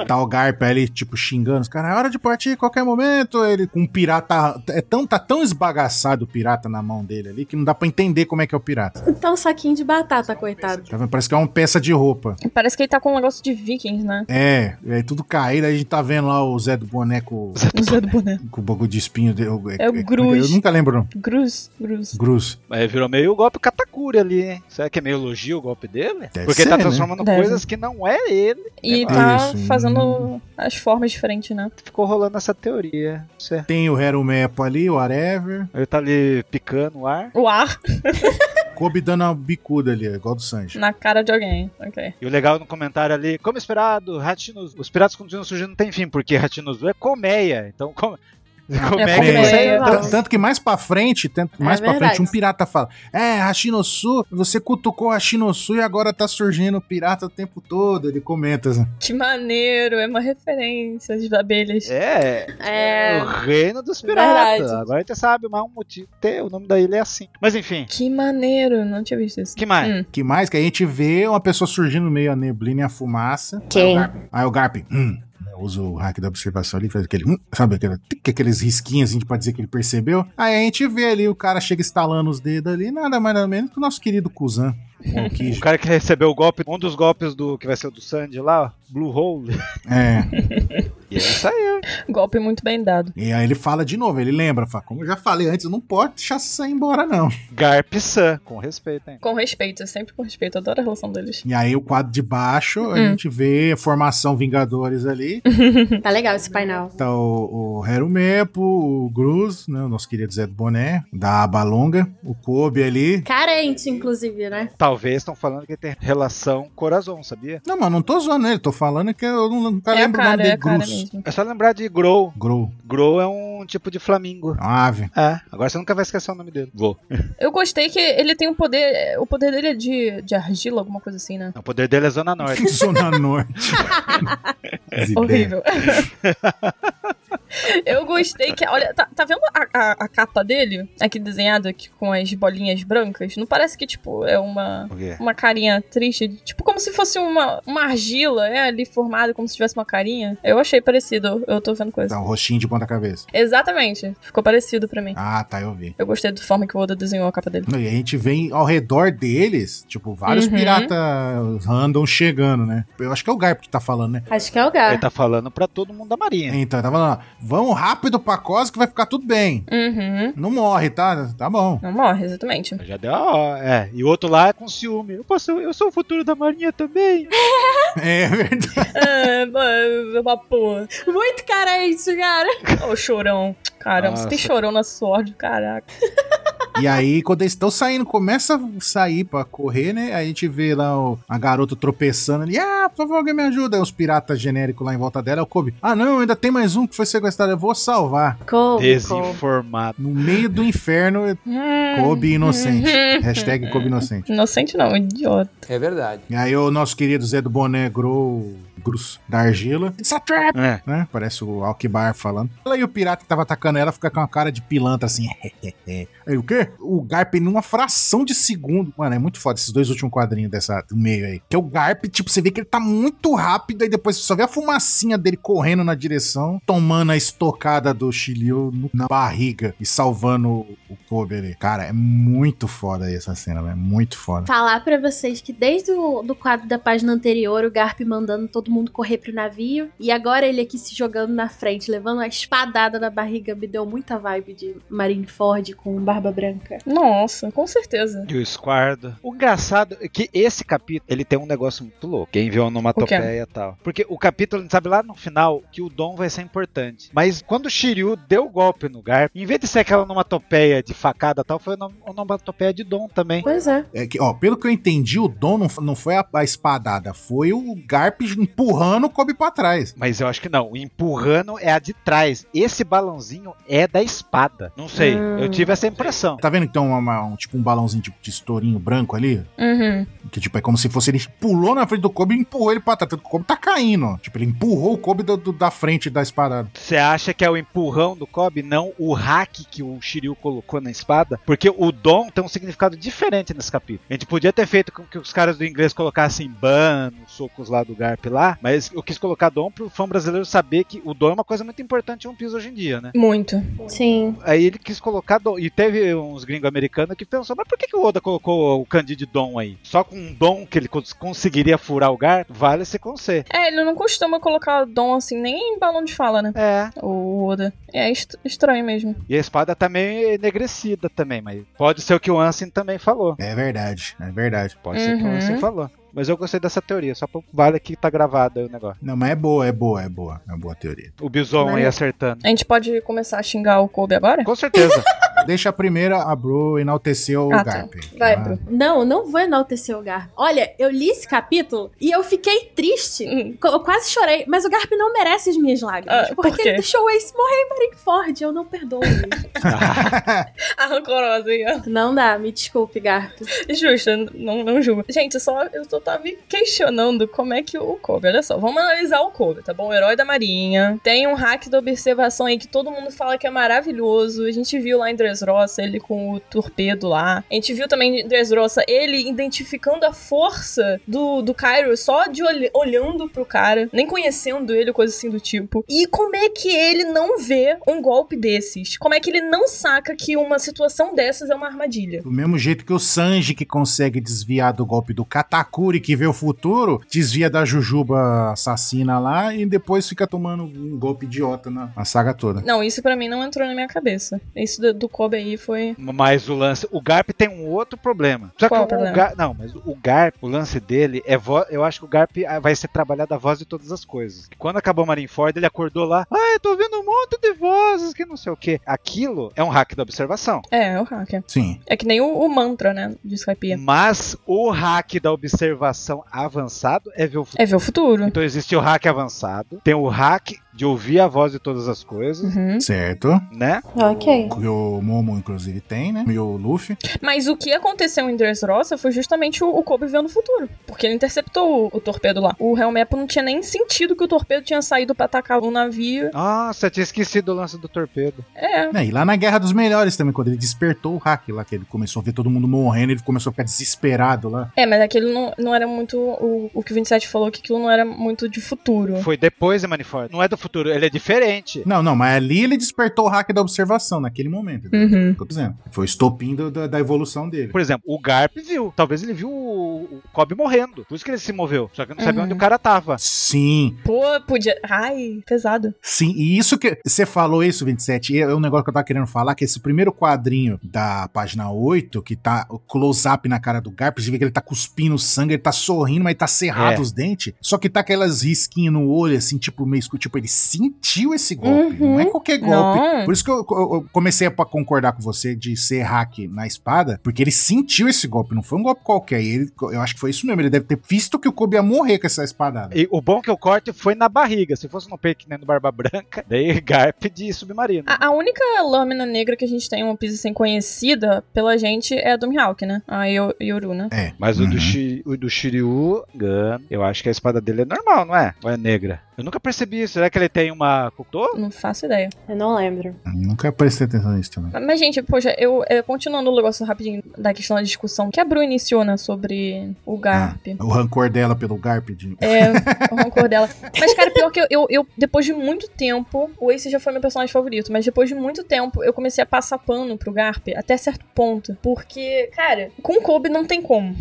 [SPEAKER 1] Tá o Garpa ali, tipo, xingando. Os caras, é hora de partir a qualquer momento. Ele com um pirata. É tão, tá tão esbagaçado o pirata na mão dele ali que não dá pra entender como é que é o pirata.
[SPEAKER 4] Então, saquinho de batata, coitado.
[SPEAKER 1] Tá vendo? Parece que é uma peça de roupa.
[SPEAKER 3] Parece que ele tá com um negócio de vikings, né?
[SPEAKER 1] É, e aí tudo caído. Aí a gente tá vendo lá o Zé do Boneco
[SPEAKER 2] tá-
[SPEAKER 3] Usando boneco.
[SPEAKER 1] com o bagulho de espinho dele.
[SPEAKER 3] É o Gruz.
[SPEAKER 1] Eu nunca lembro, não.
[SPEAKER 3] Gruz, gruz.
[SPEAKER 1] Gruz.
[SPEAKER 2] Mas virou meio o golpe Katakuri ali, hein? Será que é meio elogio o golpe dele?
[SPEAKER 1] Deve
[SPEAKER 2] Porque
[SPEAKER 1] ser,
[SPEAKER 2] tá
[SPEAKER 1] né?
[SPEAKER 2] transformando
[SPEAKER 3] Deve.
[SPEAKER 2] coisas que não é ele.
[SPEAKER 3] E
[SPEAKER 2] É,
[SPEAKER 3] tá
[SPEAKER 1] isso.
[SPEAKER 3] fazendo as formas diferentes, né?
[SPEAKER 2] Ficou rolando essa teoria. Não sei.
[SPEAKER 1] Tem o Hero Map ali, o Arever.
[SPEAKER 2] Ele tá ali picando o ar.
[SPEAKER 3] O ar
[SPEAKER 1] Kobe dando uma bicuda ali, é igual do Sanji.
[SPEAKER 3] na cara de alguém. Ok.
[SPEAKER 2] E o legal no comentário ali, como esperado, Ratinuzu. Os piratas continuam surgindo não tem fim, porque Ratinuzu é colmeia. Então, como... Como é,
[SPEAKER 3] como
[SPEAKER 2] que você...
[SPEAKER 3] é?
[SPEAKER 1] Tan- Tanto que mais pra frente, tanto
[SPEAKER 4] É
[SPEAKER 1] mais pra
[SPEAKER 4] verdade.
[SPEAKER 1] frente, um pirata fala: É, Hashinosu, você cutucou Hashinosu e agora tá surgindo pirata o tempo todo. Ele comenta. assim.
[SPEAKER 3] Que maneiro, é uma referência de abelhas.
[SPEAKER 2] É,
[SPEAKER 4] É.
[SPEAKER 2] o reino dos piratas.
[SPEAKER 4] Verdade.
[SPEAKER 2] Agora você sabe, mas um motivo. ter- O nome da ilha é assim. Mas enfim,
[SPEAKER 3] Que maneiro, não tinha visto isso.
[SPEAKER 2] que mais?
[SPEAKER 3] Hum.
[SPEAKER 1] Que mais que a gente vê uma pessoa surgindo no meio a neblina e a fumaça.
[SPEAKER 4] Quem?
[SPEAKER 1] Aí o Garp, hum, né, usa o hack da observação ali, faz aquele, hum, sabe, aquele, tic, aqueles risquinhos assim, pra dizer que ele percebeu. Aí a gente vê ali, o cara chega estalando os dedos ali, nada mais nada menos que o nosso querido Kuzan. O
[SPEAKER 2] O
[SPEAKER 1] Kijo.
[SPEAKER 2] cara que recebeu o golpe, um dos golpes do que vai ser o do Sandy lá, ó, Blue Hole.
[SPEAKER 1] É.
[SPEAKER 2] E é isso aí.
[SPEAKER 3] Golpe muito bem dado.
[SPEAKER 1] E aí ele fala de novo, ele lembra, fala, como eu já falei antes, não pode deixar você ir embora, não.
[SPEAKER 2] Garp Sun, com respeito, hein?
[SPEAKER 3] Com respeito, sempre com respeito, adoro a relação deles.
[SPEAKER 1] E aí o quadro de baixo, a
[SPEAKER 3] Hum.
[SPEAKER 1] gente vê a formação Vingadores ali.
[SPEAKER 4] Tá legal esse painel.
[SPEAKER 1] Tá o, o Hero Mepo, o Gruz, né, o nosso querido Zé do Boné, da Aba Longa, o Kobe ali.
[SPEAKER 4] Carente, inclusive, né?
[SPEAKER 2] Talvez estão falando que tem relação coração, sabia?
[SPEAKER 1] Não, mano, não tô zoando ele, tô falando que eu não, nunca
[SPEAKER 3] é a
[SPEAKER 1] lembro o
[SPEAKER 3] cara,
[SPEAKER 1] nome
[SPEAKER 3] é
[SPEAKER 1] dele,
[SPEAKER 3] a cara
[SPEAKER 1] Gruz.
[SPEAKER 3] mesmo.
[SPEAKER 2] É só lembrar de Grow.
[SPEAKER 1] Grow.
[SPEAKER 2] Grow é um tipo de flamingo.
[SPEAKER 1] É uma ave.
[SPEAKER 2] É, agora você nunca vai esquecer o nome dele. Vou.
[SPEAKER 3] Eu gostei que ele tem um poder. é, O poder dele é de, de argila, alguma coisa assim, né?
[SPEAKER 2] O poder dele é Zona Norte.
[SPEAKER 1] Zona Norte. As ideias.
[SPEAKER 3] Horrível. Eu gostei que. Olha, tá, tá vendo a, a- a capa dele? Aqui desenhada aqui com as bolinhas brancas? Não parece que, tipo, é uma.
[SPEAKER 2] O quê?
[SPEAKER 3] Uma carinha triste, tipo como se fosse uma, uma argila, é ali formada, como se tivesse uma carinha. Eu achei parecido, eu tô vendo coisa.
[SPEAKER 1] Dá um roxinho de ponta cabeça.
[SPEAKER 3] Exatamente, ficou parecido pra mim.
[SPEAKER 1] Ah, tá, eu vi.
[SPEAKER 3] Eu gostei da forma que o Oda desenhou a capa dele.
[SPEAKER 1] E a gente vem ao redor deles, tipo, vários
[SPEAKER 3] Uhum.
[SPEAKER 1] piratas random chegando, né? Eu acho que é o Garp que tá falando, né?
[SPEAKER 4] Acho que é o
[SPEAKER 2] Ele
[SPEAKER 4] Gar.
[SPEAKER 2] tá falando pra todo mundo da marinha.
[SPEAKER 1] Então, ele tá falando, ó, vão rápido pra Cosa que vai ficar tudo bem.
[SPEAKER 3] Uhum.
[SPEAKER 1] Não morre, tá? Tá bom.
[SPEAKER 3] Não morre, exatamente.
[SPEAKER 2] Já deu a hora. É, e o outro lá é com ciúme. Eu, posso, eu sou o futuro da marinha também.
[SPEAKER 1] É verdade.
[SPEAKER 3] ah, ba- ba- porra.
[SPEAKER 4] Muito carente, cara.
[SPEAKER 3] Ô, chorão. Caramba, você tem
[SPEAKER 2] Nossa.
[SPEAKER 3] chorão na sorte, caraca.
[SPEAKER 1] E aí, quando eles estão saindo, começa a sair pra correr, né? A gente vê lá o- a garota tropeçando ali. Ah, por favor, alguém me ajuda. Aí os piratas genéricos lá em volta dela. É o Kobe. Ah, não, ainda tem mais um que foi sequestrado. Eu vou salvar.
[SPEAKER 4] Como? como?
[SPEAKER 2] Desinformado.
[SPEAKER 1] No meio do inferno,
[SPEAKER 3] Hum.
[SPEAKER 1] Kobe inocente. Hashtag Kobe inocente.
[SPEAKER 3] Inocente não, idiota.
[SPEAKER 5] É verdade.
[SPEAKER 1] E aí o nosso querido Zé do Boné Grow, Grus, da Argila. It's a trap!
[SPEAKER 2] É.
[SPEAKER 1] Né? Parece o Alkibar falando. Ela e o pirata que tava atacando ela fica com uma cara de pilantra assim. aí o quê? O Garp, numa fração de segundo. Mano, é muito foda esses dois últimos quadrinhos dessa, do meio aí. Que o Garp, tipo, você vê que ele tá muito rápido. Aí depois você só vê a fumacinha dele correndo na direção, tomando a estocada do Shiryu no- na barriga e salvando o, o Kobe ali. Cara, é muito foda aí essa cena, velho. É muito foda.
[SPEAKER 4] Falar pra vocês que desde o do quadro da página anterior, o Garp mandando todo mundo correr pro navio, e agora ele aqui se jogando na frente, levando a espadada na barriga, me deu muita vibe de Marineford com Barba Branca.
[SPEAKER 3] Nossa, com certeza.
[SPEAKER 2] E o Esquardo. O engraçado é que esse capítulo, ele tem um negócio muito louco. Quem viu a onomatopeia e tal. Porque o capítulo, a gente sabe lá no final que o Dom vai ser importante. Mas quando o Shiryu deu o golpe no Garp, em vez de ser aquela onomatopeia de facada e tal, foi uma onomatopeia de Dom também.
[SPEAKER 4] Pois é.
[SPEAKER 1] É que, ó, pelo que eu entendi, o Dom não, f- não foi a, a espadada, foi o Garp empurrando o Kobe pra trás.
[SPEAKER 2] Mas eu acho que não. O empurrando é a de trás. Esse balãozinho é da espada. Não sei.
[SPEAKER 4] Hum.
[SPEAKER 2] Eu tive essa impressão.
[SPEAKER 1] Tá vendo que tem uma- uma- um tipo um balãozinho de, de estourinho branco ali?
[SPEAKER 3] Uhum.
[SPEAKER 1] Que tipo, é como se fosse ele pulou na frente do Kobe e empurrou ele pra trás. Tanto que o Kobe tá caindo. ó. Tipo, ele empurrou o Kobe do- do- da frente da espadada.
[SPEAKER 2] Você acha que é o empurrão do Kobe, não o hack que o Shiryu colocou na espada? Porque o dom tem um significado diferente nesse capítulo. A gente podia ter feito com que os caras do inglês colocassem ban, nos socos lá do Garp lá, mas eu quis colocar dom pro fã brasileiro saber que o dom é uma coisa muito importante em One Piece hoje em dia, né?
[SPEAKER 3] Muito.
[SPEAKER 4] Sim.
[SPEAKER 2] Aí ele quis colocar dom. E teve uns gringos americanos que pensou, mas por que, que o Oda colocou o Candide Dom aí? Só com um dom que ele cons- conseguiria furar o Garp? Vale esse conselho.
[SPEAKER 3] É, ele não costuma colocar dom assim, nem em balão de fala, né?
[SPEAKER 2] É,
[SPEAKER 3] O Oda. É est- estranho mesmo.
[SPEAKER 2] E a espada tá meio enegrecida também, mas pode ser o que o Ansem também falou.
[SPEAKER 1] É verdade, é verdade.
[SPEAKER 2] Pode ser o que o
[SPEAKER 3] Uhum.
[SPEAKER 2] Ansem falou. Mas eu gostei dessa teoria, só pra vale que tá gravado aí o negócio.
[SPEAKER 1] Não, mas é boa, é boa, é boa. É uma boa teoria.
[SPEAKER 2] O Bison aí
[SPEAKER 4] Mas-
[SPEAKER 2] acertando.
[SPEAKER 3] A gente pode começar a xingar o Kobe agora?
[SPEAKER 2] Com certeza.
[SPEAKER 1] Deixa a primeira, a Bru enalteceu o
[SPEAKER 3] Ah, tá.
[SPEAKER 1] Garp.
[SPEAKER 3] Vai,
[SPEAKER 1] Ah,
[SPEAKER 3] Bru.
[SPEAKER 4] Não, eu não vou enaltecer o Garp. Olha, eu li esse capítulo e eu fiquei triste.
[SPEAKER 3] Hum.
[SPEAKER 4] Co- Eu quase chorei, mas o Garp não merece as minhas lágrimas.
[SPEAKER 3] Ah, por
[SPEAKER 4] porque
[SPEAKER 3] quê?
[SPEAKER 4] ele deixou o Ace morrer em Marineford. Eu não perdoo ele.
[SPEAKER 3] A rancorosa aí, ó.
[SPEAKER 4] não dá, me desculpe, Garp.
[SPEAKER 3] Justa, não, não julgo. Gente, só eu só tava me questionando como é que o Kobe. Olha só, vamos analisar o Kobe, tá bom? O herói da marinha. Tem um hack da observação aí que todo mundo fala que é maravilhoso. A gente viu lá em Dressrosa ele com o torpedo lá. A gente viu também em Dressrosa ele identificando a força do, do Cairo só de olhe- olhando pro cara, nem conhecendo ele, coisa assim do tipo. E como é que ele não vê um golpe desses? Como é que ele não saca que uma situação dessas é uma armadilha?
[SPEAKER 1] Do mesmo jeito que o Sanji, que consegue desviar do golpe do Katakuri, que vê o futuro, desvia da Jujuba assassina lá e depois fica tomando um golpe idiota na, na saga toda.
[SPEAKER 3] Não, isso pra mim não entrou na minha cabeça. Isso do, do Kobe aí foi.
[SPEAKER 2] Mas o lance. O Garp tem um outro problema. Só que
[SPEAKER 3] Qual
[SPEAKER 2] o,
[SPEAKER 3] o problema?
[SPEAKER 2] Garp, não, mas o Garp, o lance dele é vo- Eu acho que o Garp ah, vai ser trabalhado a voz de todas as coisas. Quando acabou Marineford, ele acordou lá. Ah, eu tô ouvindo um monte de vozes que não sei o que. Aquilo é um hack da observação.
[SPEAKER 3] É, é o hacker.
[SPEAKER 1] Sim.
[SPEAKER 3] É que nem o, o mantra, né? De Skype.
[SPEAKER 2] Mas o hack da observação avançado é ver o futuro.
[SPEAKER 3] É ver o futuro.
[SPEAKER 2] Então existe o hack avançado, tem o hack de ouvir a voz de todas as coisas,
[SPEAKER 3] Uhum.
[SPEAKER 1] Certo.
[SPEAKER 2] né?
[SPEAKER 4] Ok.
[SPEAKER 1] Que o Momo, inclusive, tem, né? E o Luffy.
[SPEAKER 3] Mas o que aconteceu em Dressrosa foi justamente o, o Kobe vendo o futuro. Porque ele interceptou o, o torpedo lá. O Helmepo não tinha nem sentido que o torpedo tinha saído pra atacar o navio.
[SPEAKER 2] Nossa, eu tinha esquecido o lance do torpedo.
[SPEAKER 3] É.
[SPEAKER 1] É, e lá na Guerra dos Melhores também, quando ele despertou o hack lá, que ele começou a ver todo mundo morrendo, ele começou a ficar desesperado lá.
[SPEAKER 3] É, mas aquilo não, não era muito. O, o que o 27 falou que aquilo não era muito de futuro.
[SPEAKER 2] Foi depois de Manifold. Não é do futuro, ele é diferente.
[SPEAKER 1] Não, não, mas ali ele despertou o hack da observação, naquele momento. entendeu?
[SPEAKER 3] Uhum.
[SPEAKER 1] Tô dizendo. Foi o estopim do- da, da evolução dele.
[SPEAKER 2] Por exemplo, o Garp viu. Talvez ele viu o, o Cobb morrendo. Por isso que ele se moveu. Só que não sabia
[SPEAKER 3] Uhum.
[SPEAKER 2] onde o cara tava.
[SPEAKER 1] Sim,
[SPEAKER 3] Pô, podia. Ai, pesado.
[SPEAKER 1] sim. E isso que. Você falou isso, 27. e É um negócio que eu tava querendo falar: que esse primeiro quadrinho da página 8, que tá o close-up na cara do Garp, você vê que ele tá cuspindo sangue, ele tá sorrindo, mas tá cerrado
[SPEAKER 2] É.
[SPEAKER 1] os dentes. Só que tá aquelas risquinhas no olho, assim, tipo, meio escuro. Tipo, ele sentiu esse golpe.
[SPEAKER 3] Uhum.
[SPEAKER 1] Não é qualquer golpe.
[SPEAKER 3] Não.
[SPEAKER 1] Por isso que eu, eu- eu comecei a pa- concordar com você de ser hack na espada, porque ele sentiu esse golpe, não foi um golpe qualquer. E ele- eu acho que foi isso mesmo, ele deve ter visto que o Kobe ia morrer com essa espadada.
[SPEAKER 2] E o bom que o corte foi na barriga. Se fosse no peito, que nem no Barba Branca, daí Garp de submarino.
[SPEAKER 3] A, a única lâmina negra que a gente tem em One Piece assim, conhecida pela gente é a do Mihawk, né? A Yo- Yoru, né?
[SPEAKER 1] É.
[SPEAKER 2] Mas o,
[SPEAKER 1] Uhum.
[SPEAKER 2] do Shi- o do Shiryu, Gun, eu acho que a espada dele é normal, não é? Ou é negra? Eu nunca percebi isso. Será que ele tem uma Kokuto?
[SPEAKER 3] Não faço ideia.
[SPEAKER 4] Eu não lembro.
[SPEAKER 1] Nunca prestei atenção nisso também.
[SPEAKER 3] Mas, mas, gente, poxa, eu. é, continuando o negócio rapidinho da questão da discussão que a Bru iniciou, né? Sobre o Garp.
[SPEAKER 1] Ah, o rancor dela pelo Garp. de-
[SPEAKER 3] É, o rancor dela. Mas, cara, pior que eu, eu, eu, depois de muito tempo, o Ace já foi meu personagem favorito, mas depois de muito tempo, eu comecei a passar pano pro Garp até certo ponto. Porque, cara, com o Kobe não tem como.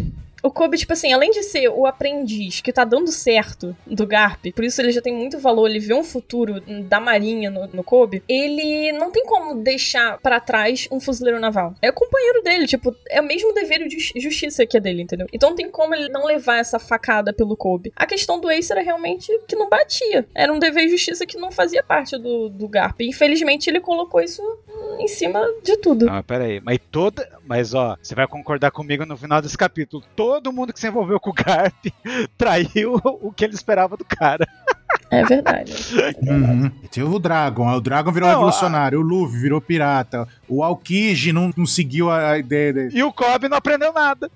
[SPEAKER 3] O Kobe, tipo assim, além de ser o aprendiz que tá dando certo do Garp, por isso ele já tem muito valor, ele vê um futuro da marinha no, no Kobe, ele não tem como deixar pra trás um fuzileiro naval. É o companheiro dele, tipo, é o mesmo dever de jus- justiça que é dele, entendeu? Então não tem como ele não levar essa facada pelo Kobe. A questão do Ace era realmente que não batia. Era um dever de justiça que não fazia parte do, do Garp. Infelizmente ele colocou isso hum, em cima de tudo.
[SPEAKER 2] Não, mas Ah, peraí. Mas toda. Mas ó, você vai concordar comigo no final desse capítulo. Todo mundo que se envolveu com o Garp traiu o que ele esperava do cara.
[SPEAKER 3] É verdade.
[SPEAKER 1] Uhum. E Teve o Dragon, aí o Dragon virou
[SPEAKER 2] Não,
[SPEAKER 1] revolucionário, o Luffy virou pirata, o Aokiji não, não seguiu a a ideia dele.
[SPEAKER 2] E o Cobb não aprendeu nada.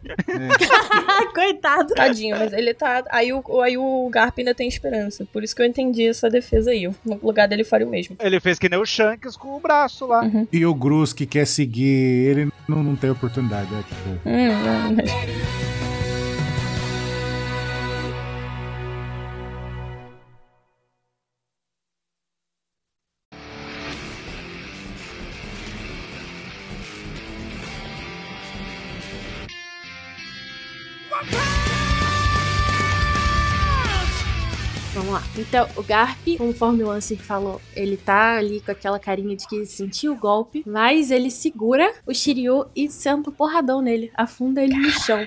[SPEAKER 4] Ah, Coitado.
[SPEAKER 3] Tadinho, mas ele tá. Aí o, aí o Garp ainda tem esperança. Por isso que eu entendi essa defesa aí. Eu, No lugar dele eu faria o mesmo.
[SPEAKER 2] Ele fez que nem o Shanks com o braço lá.
[SPEAKER 3] Uhum.
[SPEAKER 1] E o Grus que quer seguir ele não, não tem oportunidade. né? Tipo,
[SPEAKER 3] Hum, não, mas-
[SPEAKER 4] Vamos lá. Então, o Garp, conforme o Ansem falou, ele tá ali com aquela carinha de que sentiu o golpe, mas ele segura o Shiryu e senta o porradão nele, afunda ele no chão.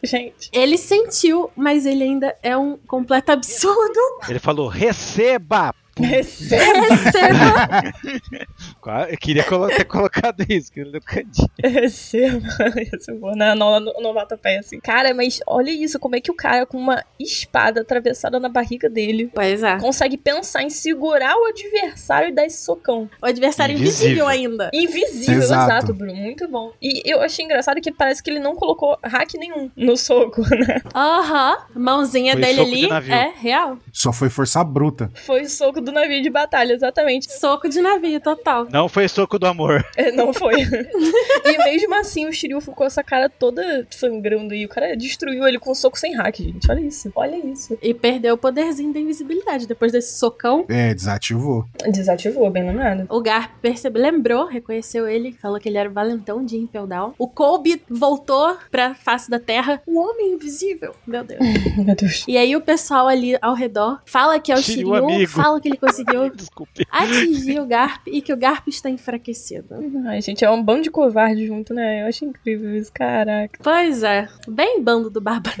[SPEAKER 3] Gente.
[SPEAKER 4] Ele sentiu, mas ele ainda é um completo absurdo.
[SPEAKER 2] Ele falou: receba!
[SPEAKER 3] Receba,
[SPEAKER 4] Receba.
[SPEAKER 2] Qua- Eu queria colo- ter colocado isso, querido Lucandinho.
[SPEAKER 3] receba, receba. Não, não, não, não bata pé assim. Cara, mas olha isso, como é que o cara com uma espada atravessada na barriga dele
[SPEAKER 4] Pois é.
[SPEAKER 3] consegue pensar em segurar o adversário e dar esse socão?
[SPEAKER 4] O adversário
[SPEAKER 2] Invisível.
[SPEAKER 4] invisível ainda.
[SPEAKER 3] Invisível,
[SPEAKER 1] Exato.
[SPEAKER 3] exato. Bruno. Muito bom. E eu achei engraçado que parece que ele não colocou hack nenhum no soco, né?
[SPEAKER 4] Aham. Mãozinha
[SPEAKER 2] Foi
[SPEAKER 4] dele
[SPEAKER 2] soco de
[SPEAKER 4] ali.
[SPEAKER 2] navio.
[SPEAKER 4] é, real.
[SPEAKER 1] Só foi força bruta.
[SPEAKER 3] Foi o soco do navio de batalha, exatamente.
[SPEAKER 4] Soco de navio, total.
[SPEAKER 2] Não foi soco do amor.
[SPEAKER 3] É, Não foi. e mesmo assim, o Shiryu ficou essa cara toda sangrando e o cara destruiu ele com um soco sem hack, gente. Olha isso, olha isso.
[SPEAKER 4] E perdeu o poderzinho da invisibilidade. Depois desse socão,
[SPEAKER 1] É, desativou.
[SPEAKER 3] Desativou, bem lembrado.
[SPEAKER 4] o Garp percebeu, lembrou, reconheceu ele, falou que ele era o valentão de Impel Down. O Colby voltou pra face da Terra, o homem invisível. Meu Deus.
[SPEAKER 3] Meu Deus.
[SPEAKER 4] E aí o pessoal ali ao redor fala que é o
[SPEAKER 2] Shiryu
[SPEAKER 4] Shiryu,
[SPEAKER 2] amigo.
[SPEAKER 4] fala que ele conseguiu
[SPEAKER 2] Desculpe.
[SPEAKER 4] atingir o Garp e que o Garp está enfraquecido.
[SPEAKER 3] Ai, gente, é um bando de covarde junto, né? Eu acho incrível isso, caraca.
[SPEAKER 4] Pois é, bem bando do Bárbaro.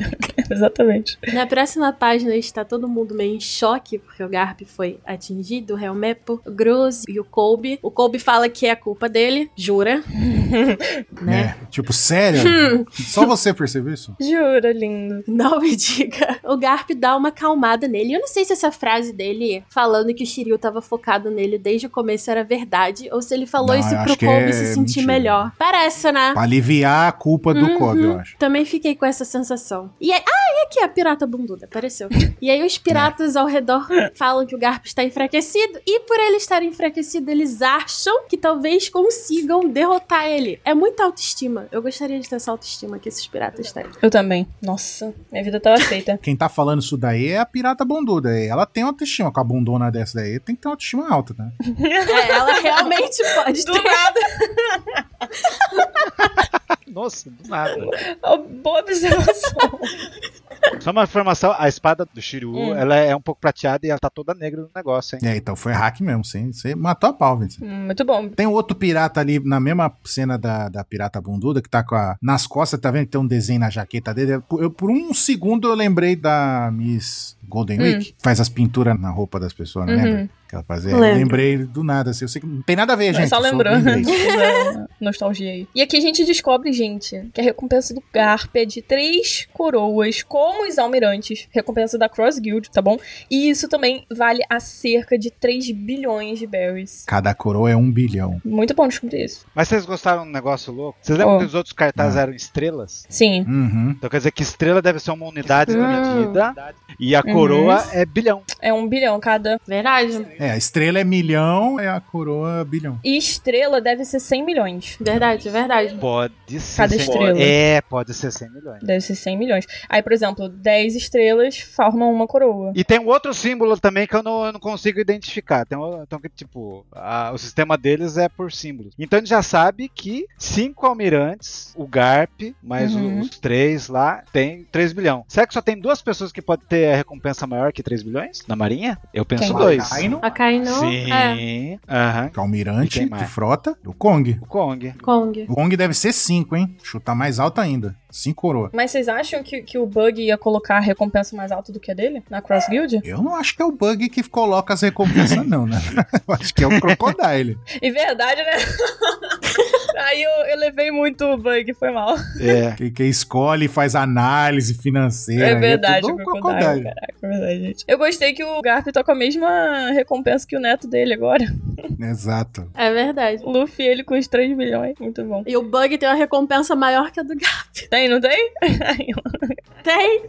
[SPEAKER 3] Exatamente.
[SPEAKER 4] Na próxima página está todo mundo meio em choque porque o Garp foi atingido, o Helmepo, o Groz e o Colby. O Colby fala que é a culpa dele, jura, né?
[SPEAKER 1] É. Tipo, sério? Só você percebeu isso?
[SPEAKER 3] Jura, lindo.
[SPEAKER 4] Não me diga. O Garp dá uma calmada nele. Eu não sei se essa frase dele, falando que o Shiryu tava focado nele desde o começo, era verdade, ou se ele falou
[SPEAKER 1] Não,
[SPEAKER 4] isso
[SPEAKER 1] eu
[SPEAKER 4] pro
[SPEAKER 1] acho que
[SPEAKER 4] Colby
[SPEAKER 1] é
[SPEAKER 4] se sentir
[SPEAKER 1] mentira.
[SPEAKER 4] melhor. Parece, né?
[SPEAKER 1] Pra aliviar a culpa do
[SPEAKER 4] Uhum.
[SPEAKER 1] Kobe, eu acho.
[SPEAKER 4] Também fiquei com essa sensação. E aí, ah, e aqui a pirata bunduda, apareceu. E aí os piratas ao redor falam que o Garp está enfraquecido e por ele estar enfraquecido, eles acham que talvez consigam derrotar ele. É muita autoestima. Eu gostaria de ter essa autoestima que esses piratas têm.
[SPEAKER 3] Eu também. Nossa, minha vida tava feita.
[SPEAKER 1] Quem tá falando isso daí é a pirata bunduda. E Ela tem autoestima. Com a bundona dessa daí, tem que ter uma autoestima alta, né?
[SPEAKER 4] É, ela realmente pode
[SPEAKER 3] Do
[SPEAKER 4] ter.
[SPEAKER 3] nada.
[SPEAKER 2] Nossa, do nada.
[SPEAKER 3] Boa observação.
[SPEAKER 2] Só uma informação, a espada do Shiryu,
[SPEAKER 3] Hum.
[SPEAKER 2] ela é um pouco prateada e ela tá toda negra no negócio, hein?
[SPEAKER 1] É, então foi hack mesmo. Sim. Você matou a pau, Vincent.
[SPEAKER 3] Hum, Muito bom.
[SPEAKER 1] Tem outro pirata ali na mesma cena da, da pirata bunduda que tá com a. Nas costas, tá vendo que tem um desenho na jaqueta dele? Eu, por- eu- por um segundo eu lembrei da Miss Golden
[SPEAKER 3] Hum.
[SPEAKER 1] Week, que faz as pinturas na roupa das pessoas, não lembra?
[SPEAKER 3] Uhum.
[SPEAKER 1] Que ela fazia. Eu
[SPEAKER 4] Lembro.
[SPEAKER 1] lembrei do nada, assim. Eu sei que não tem nada a ver, gente.
[SPEAKER 3] é Só
[SPEAKER 1] eu sou
[SPEAKER 3] lembrou.
[SPEAKER 1] inglês.
[SPEAKER 3] Essa Nostalgia aí. E aqui a gente descobre, gente, que a recompensa do Garp é de três coroas, como os almirantes. Recompensa da Cross Guild, tá bom? E isso também vale a cerca de 3 bilhões de berries.
[SPEAKER 1] Cada coroa é um bilhão.
[SPEAKER 3] Muito bom descobrir isso.
[SPEAKER 2] Mas vocês gostaram do negócio louco? Vocês lembram
[SPEAKER 3] Oh.
[SPEAKER 2] que os outros cartazes
[SPEAKER 1] Ah.
[SPEAKER 2] eram estrelas?
[SPEAKER 3] Sim.
[SPEAKER 1] Uhum.
[SPEAKER 2] Então quer dizer que estrela deve ser uma unidade de
[SPEAKER 4] Hum.
[SPEAKER 2] medida e a
[SPEAKER 3] Uhum.
[SPEAKER 2] coroa é bilhão.
[SPEAKER 3] É um bilhão cada.
[SPEAKER 4] Verdade,
[SPEAKER 1] É, a estrela é milhão, é a coroa bilhão.
[SPEAKER 3] E estrela deve ser 100 milhões.
[SPEAKER 4] verdade, verdade.
[SPEAKER 2] Pode ser
[SPEAKER 3] Cada
[SPEAKER 2] 100
[SPEAKER 3] estrela.
[SPEAKER 2] É, pode ser 100 milhões.
[SPEAKER 3] Deve ser 100 milhões. Aí, por exemplo, 10 estrelas formam uma coroa.
[SPEAKER 2] E tem um outro símbolo também que eu não, eu não consigo identificar. Tem um- então, que, tipo, a- o sistema deles é por símbolos. Então a gente já sabe que cinco almirantes, o Garp, mais o-
[SPEAKER 3] Uhum.
[SPEAKER 2] os três lá, tem 3 bilhão. Será que só tem duas pessoas que podem ter a recompensa maior que 3 bilhões na Marinha? Eu penso
[SPEAKER 3] Quem?
[SPEAKER 2] dois.
[SPEAKER 1] Macaino,
[SPEAKER 4] A Kaino é
[SPEAKER 2] Sim. Aham.
[SPEAKER 1] que é o almirante,
[SPEAKER 2] E quem
[SPEAKER 1] do
[SPEAKER 2] mais?
[SPEAKER 1] frota, do Kong.
[SPEAKER 2] O Kong.
[SPEAKER 4] Kong.
[SPEAKER 1] O Kong deve ser cinco, hein? Chutar mais alto ainda. Cinco coroa.
[SPEAKER 3] Mas vocês acham que, que o Bug ia colocar a recompensa mais alta do que a dele? Na Cross Guild?
[SPEAKER 1] Eu não acho que é o Bug que coloca as recompensas, não, né? Eu acho que é o Crocodile.
[SPEAKER 3] E verdade, né? Aí eu, eu levei muito o Bug, foi mal.
[SPEAKER 2] É.
[SPEAKER 1] Quem, quem escolhe e faz análise financeira.
[SPEAKER 3] É
[SPEAKER 1] aí
[SPEAKER 3] verdade,
[SPEAKER 1] tudo um
[SPEAKER 3] o Crocodile. Caraca, é verdade, gente. Eu gostei que o Garp tá com a mesma recompensa que o neto dele agora.
[SPEAKER 1] Exato.
[SPEAKER 4] É verdade.
[SPEAKER 3] O Luffy, ele com os 3 bilhões. Muito bom.
[SPEAKER 4] E o Bug tem uma recompensa maior que a do Garp.
[SPEAKER 3] Tem, não tem?
[SPEAKER 4] Tem?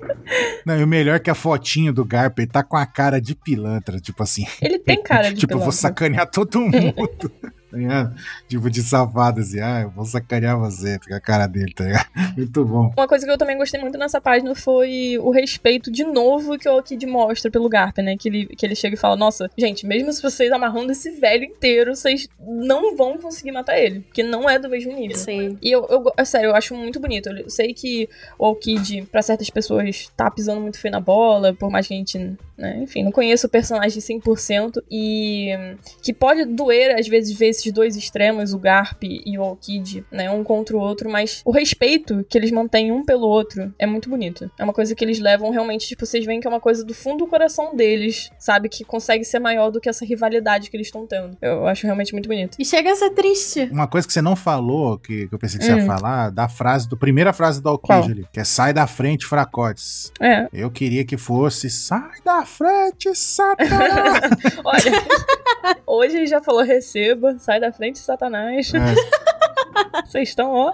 [SPEAKER 1] Não, e o melhor é que a fotinho do Garp, ele tá com a cara de pilantra, tipo assim.
[SPEAKER 3] Ele tem cara de né?
[SPEAKER 1] tipo, eu vou
[SPEAKER 3] pilantra.
[SPEAKER 1] sacanear todo mundo. tá ligado? Tipo, de safado, assim, ah, eu vou sacanear você, fica a cara dele, tá ligado? Muito bom.
[SPEAKER 3] Uma coisa que eu também gostei muito nessa página foi o respeito de novo que o Okid mostra pelo Garp, né? Que ele, que ele chega e fala: Nossa, gente, mesmo se vocês amarrando esse velho inteiro, vocês não vão conseguir matar ele, porque não é do mesmo nível.
[SPEAKER 4] Sim.
[SPEAKER 3] E eu, eu go- é sério, eu acho muito bonito. Eu sei que o Okid, pra certas pessoas, tá pisando muito feio na bola, por mais que a gente né? Enfim, não conheço o personagem 100% e hum, que pode doer às vezes ver esses dois extremos, o Garp e o Kid, né, um contra o outro, mas o respeito que eles mantêm um pelo outro é muito bonito. É uma coisa que eles levam realmente, tipo, vocês veem que é uma coisa do fundo do coração deles, sabe, que consegue ser maior do que essa rivalidade que eles estão tendo. Eu acho realmente muito bonito.
[SPEAKER 4] E chega a ser triste.
[SPEAKER 1] Uma coisa que você não falou, que, que eu pensei que você ia
[SPEAKER 3] Hum.
[SPEAKER 1] falar, da frase, do primeira frase do
[SPEAKER 3] Qual?
[SPEAKER 1] Alquid ali, que é sai da frente, fracotes.
[SPEAKER 3] É,
[SPEAKER 1] Eu queria que fosse sai da frente, satanás.
[SPEAKER 3] olha. hoje ele já falou receba, sai da frente, Satanás.
[SPEAKER 1] é,
[SPEAKER 3] Vocês estão, ó.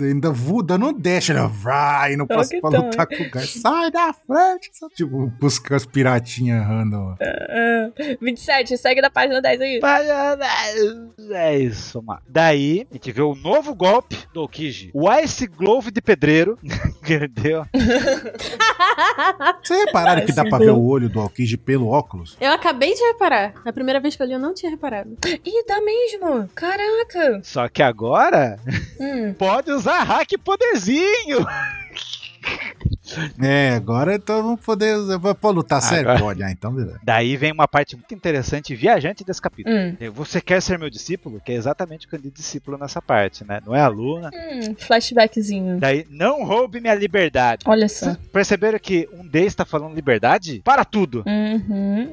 [SPEAKER 1] ainda vuda, não deixa, né? vai, não
[SPEAKER 3] Então
[SPEAKER 1] posso
[SPEAKER 3] que
[SPEAKER 1] pra
[SPEAKER 3] então,
[SPEAKER 1] lutar com o gás. Sai da frente, satanás. Tipo, buscar as piratinhas random.
[SPEAKER 3] É. 27, segue da página 10 aí.
[SPEAKER 2] Mas, é, É isso, mano. Daí, a gente vê o novo golpe do Okiji. O Ice Glove de pedreiro. Entendeu?
[SPEAKER 1] Vocês repararam que dá pra ver o olho do Alquid pelo óculos?
[SPEAKER 4] Eu acabei de reparar. Na primeira vez que eu li, eu não tinha reparado.
[SPEAKER 3] Ih, dá mesmo! Caraca!
[SPEAKER 2] Só que agora,
[SPEAKER 3] Hum.
[SPEAKER 2] pode usar hack poderzinho.
[SPEAKER 1] É, agora então vamos poder. Pô, lutar sério?
[SPEAKER 2] Agora-
[SPEAKER 1] Pode, ah, então beleza.
[SPEAKER 2] Daí vem uma parte muito interessante e viajante desse capítulo.
[SPEAKER 3] Hum.
[SPEAKER 2] Você quer ser meu discípulo? Que é exatamente o candidato discípulo nessa parte, né? Não é aluna.
[SPEAKER 3] Hum, flashbackzinho.
[SPEAKER 2] Daí, não roube minha liberdade.
[SPEAKER 3] Olha só.
[SPEAKER 2] Perceberam que um D está falando liberdade? Para tudo!
[SPEAKER 3] Uhum.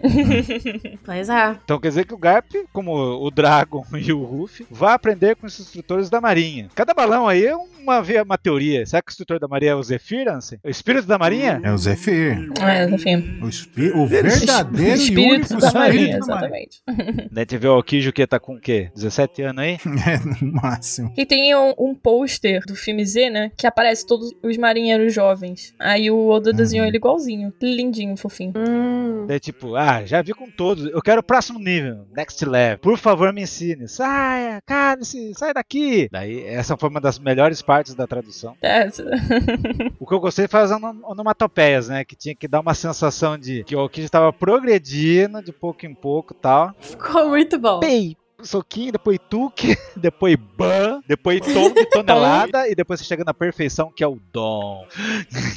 [SPEAKER 4] Mas ah,
[SPEAKER 2] Então quer dizer que o Garp, como o Dragon e o Ruff, vai aprender com os instrutores da Marinha. Cada balão aí é uma, ve- uma teoria. Será que o instrutor da Marinha é o Zephyr, Ansem? O espírito da Marinha?
[SPEAKER 1] É o Zephyr.
[SPEAKER 3] É, enfim.
[SPEAKER 1] O, espi- é o verdadeiro e único
[SPEAKER 3] é
[SPEAKER 1] né,
[SPEAKER 3] espírito
[SPEAKER 1] espírito
[SPEAKER 3] da Maria,
[SPEAKER 1] da Maria.
[SPEAKER 3] exatamente.
[SPEAKER 2] Daí a gente vê o Okijo que tá com o quê? 17 anos aí?
[SPEAKER 1] É, no máximo.
[SPEAKER 3] E tem um, um pôster do filme Z, né? Que aparece todos os marinheiros jovens. Aí o Oda desenhou
[SPEAKER 1] Uhum.
[SPEAKER 3] ele igualzinho. Lindinho, fofinho.
[SPEAKER 4] hum,
[SPEAKER 2] Daí tipo, ah, já vi com todos. Eu quero o próximo nível, next level. Por favor, me ensine. Saia, cálice, sai daqui. Daí essa foi uma das melhores partes da tradução.
[SPEAKER 3] É,
[SPEAKER 2] O que eu gostei foi as ono- onomatopeias, né? Que tinha que dar uma sensação de que o Okiji estava progredindo de pouco em pouco e tal.
[SPEAKER 4] ficou muito bom.
[SPEAKER 2] Pei, soquinho, depois tuque, depois ban, depois tom de tonelada e depois você chega na perfeição que é o dom,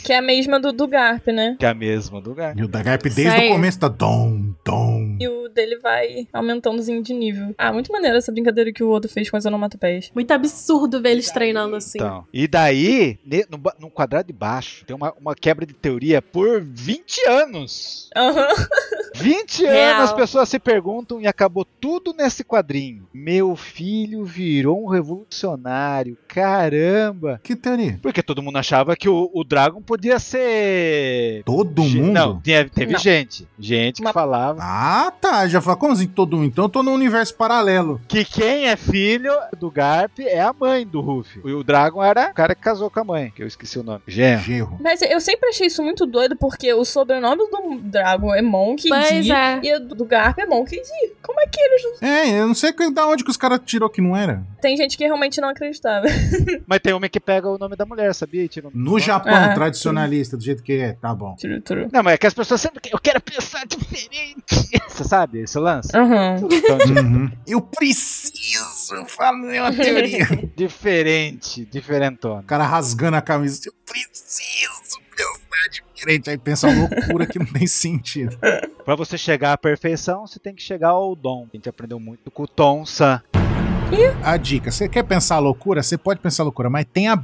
[SPEAKER 3] que é a mesma do, do Garp, né?
[SPEAKER 2] que é a mesma do lugar.
[SPEAKER 1] E o da Garp desde
[SPEAKER 4] Sai.
[SPEAKER 1] o começo tá dom, dom.
[SPEAKER 3] E o dele vai aumentandozinho de nível. Ah, muito maneiro essa brincadeira que o Oda fez com as onomatopeias.
[SPEAKER 4] Muito absurdo ver eles treinando assim.
[SPEAKER 2] Então, e daí, ne- no, ba- no quadrado de baixo, tem uma, uma quebra de teoria por 20 anos.
[SPEAKER 3] Aham.
[SPEAKER 2] 20
[SPEAKER 4] Real.
[SPEAKER 2] anos as pessoas se perguntam e acabou tudo nesse quadrinho. Meu filho virou um revolucionário, caramba.
[SPEAKER 1] Que teoria?
[SPEAKER 2] Porque todo mundo achava que o, o Dragon podia ser...
[SPEAKER 1] Todo
[SPEAKER 2] Ge-
[SPEAKER 1] mundo?
[SPEAKER 2] Não, tinha- teve
[SPEAKER 3] Não.
[SPEAKER 2] gente. Gente
[SPEAKER 3] Uma-
[SPEAKER 2] que falava
[SPEAKER 1] Ah, tá. Já falou, como assim todo mundo? Então eu tô num universo paralelo.
[SPEAKER 2] que quem é filho do Garp é a mãe do Ruffy. E o Dragon era o cara que casou com a mãe, que eu esqueci o nome. Genro.
[SPEAKER 1] Gerro.
[SPEAKER 3] Mas eu sempre achei isso muito doido, porque o sobrenome do Dragon é Monkey
[SPEAKER 4] Pois
[SPEAKER 3] D.
[SPEAKER 4] é.
[SPEAKER 3] E o do Garp é Monkey D. Como é que eles não...
[SPEAKER 1] É, eu não sei que- da onde que os caras tirou que não era.
[SPEAKER 3] Tem gente que realmente não acreditava.
[SPEAKER 2] Mas tem homem que pega o nome da mulher, sabia? E tira o nome
[SPEAKER 1] No
[SPEAKER 2] do nome.
[SPEAKER 1] Japão,
[SPEAKER 3] Ah.
[SPEAKER 1] tradicionalista, do jeito que é, tá bom.
[SPEAKER 3] Tru, tru.
[SPEAKER 2] Não, mas é que as pessoas sempre. que- Eu quero pensar diferente. Você sabe esse lance?
[SPEAKER 3] Aham.
[SPEAKER 2] Então, tipo,
[SPEAKER 1] Uhum. Eu preciso fazer uma teoria.
[SPEAKER 2] diferente,
[SPEAKER 1] O
[SPEAKER 2] diferentona.
[SPEAKER 1] cara rasgando a camisa. Eu preciso pensar diferente. Aí pensa uma loucura que não tem sentido.
[SPEAKER 2] Pra você chegar à perfeição, você tem que chegar ao dom. A gente aprendeu muito com o Tom San.
[SPEAKER 1] A dica: você quer pensar loucura? Você pode pensar loucura, mas tenha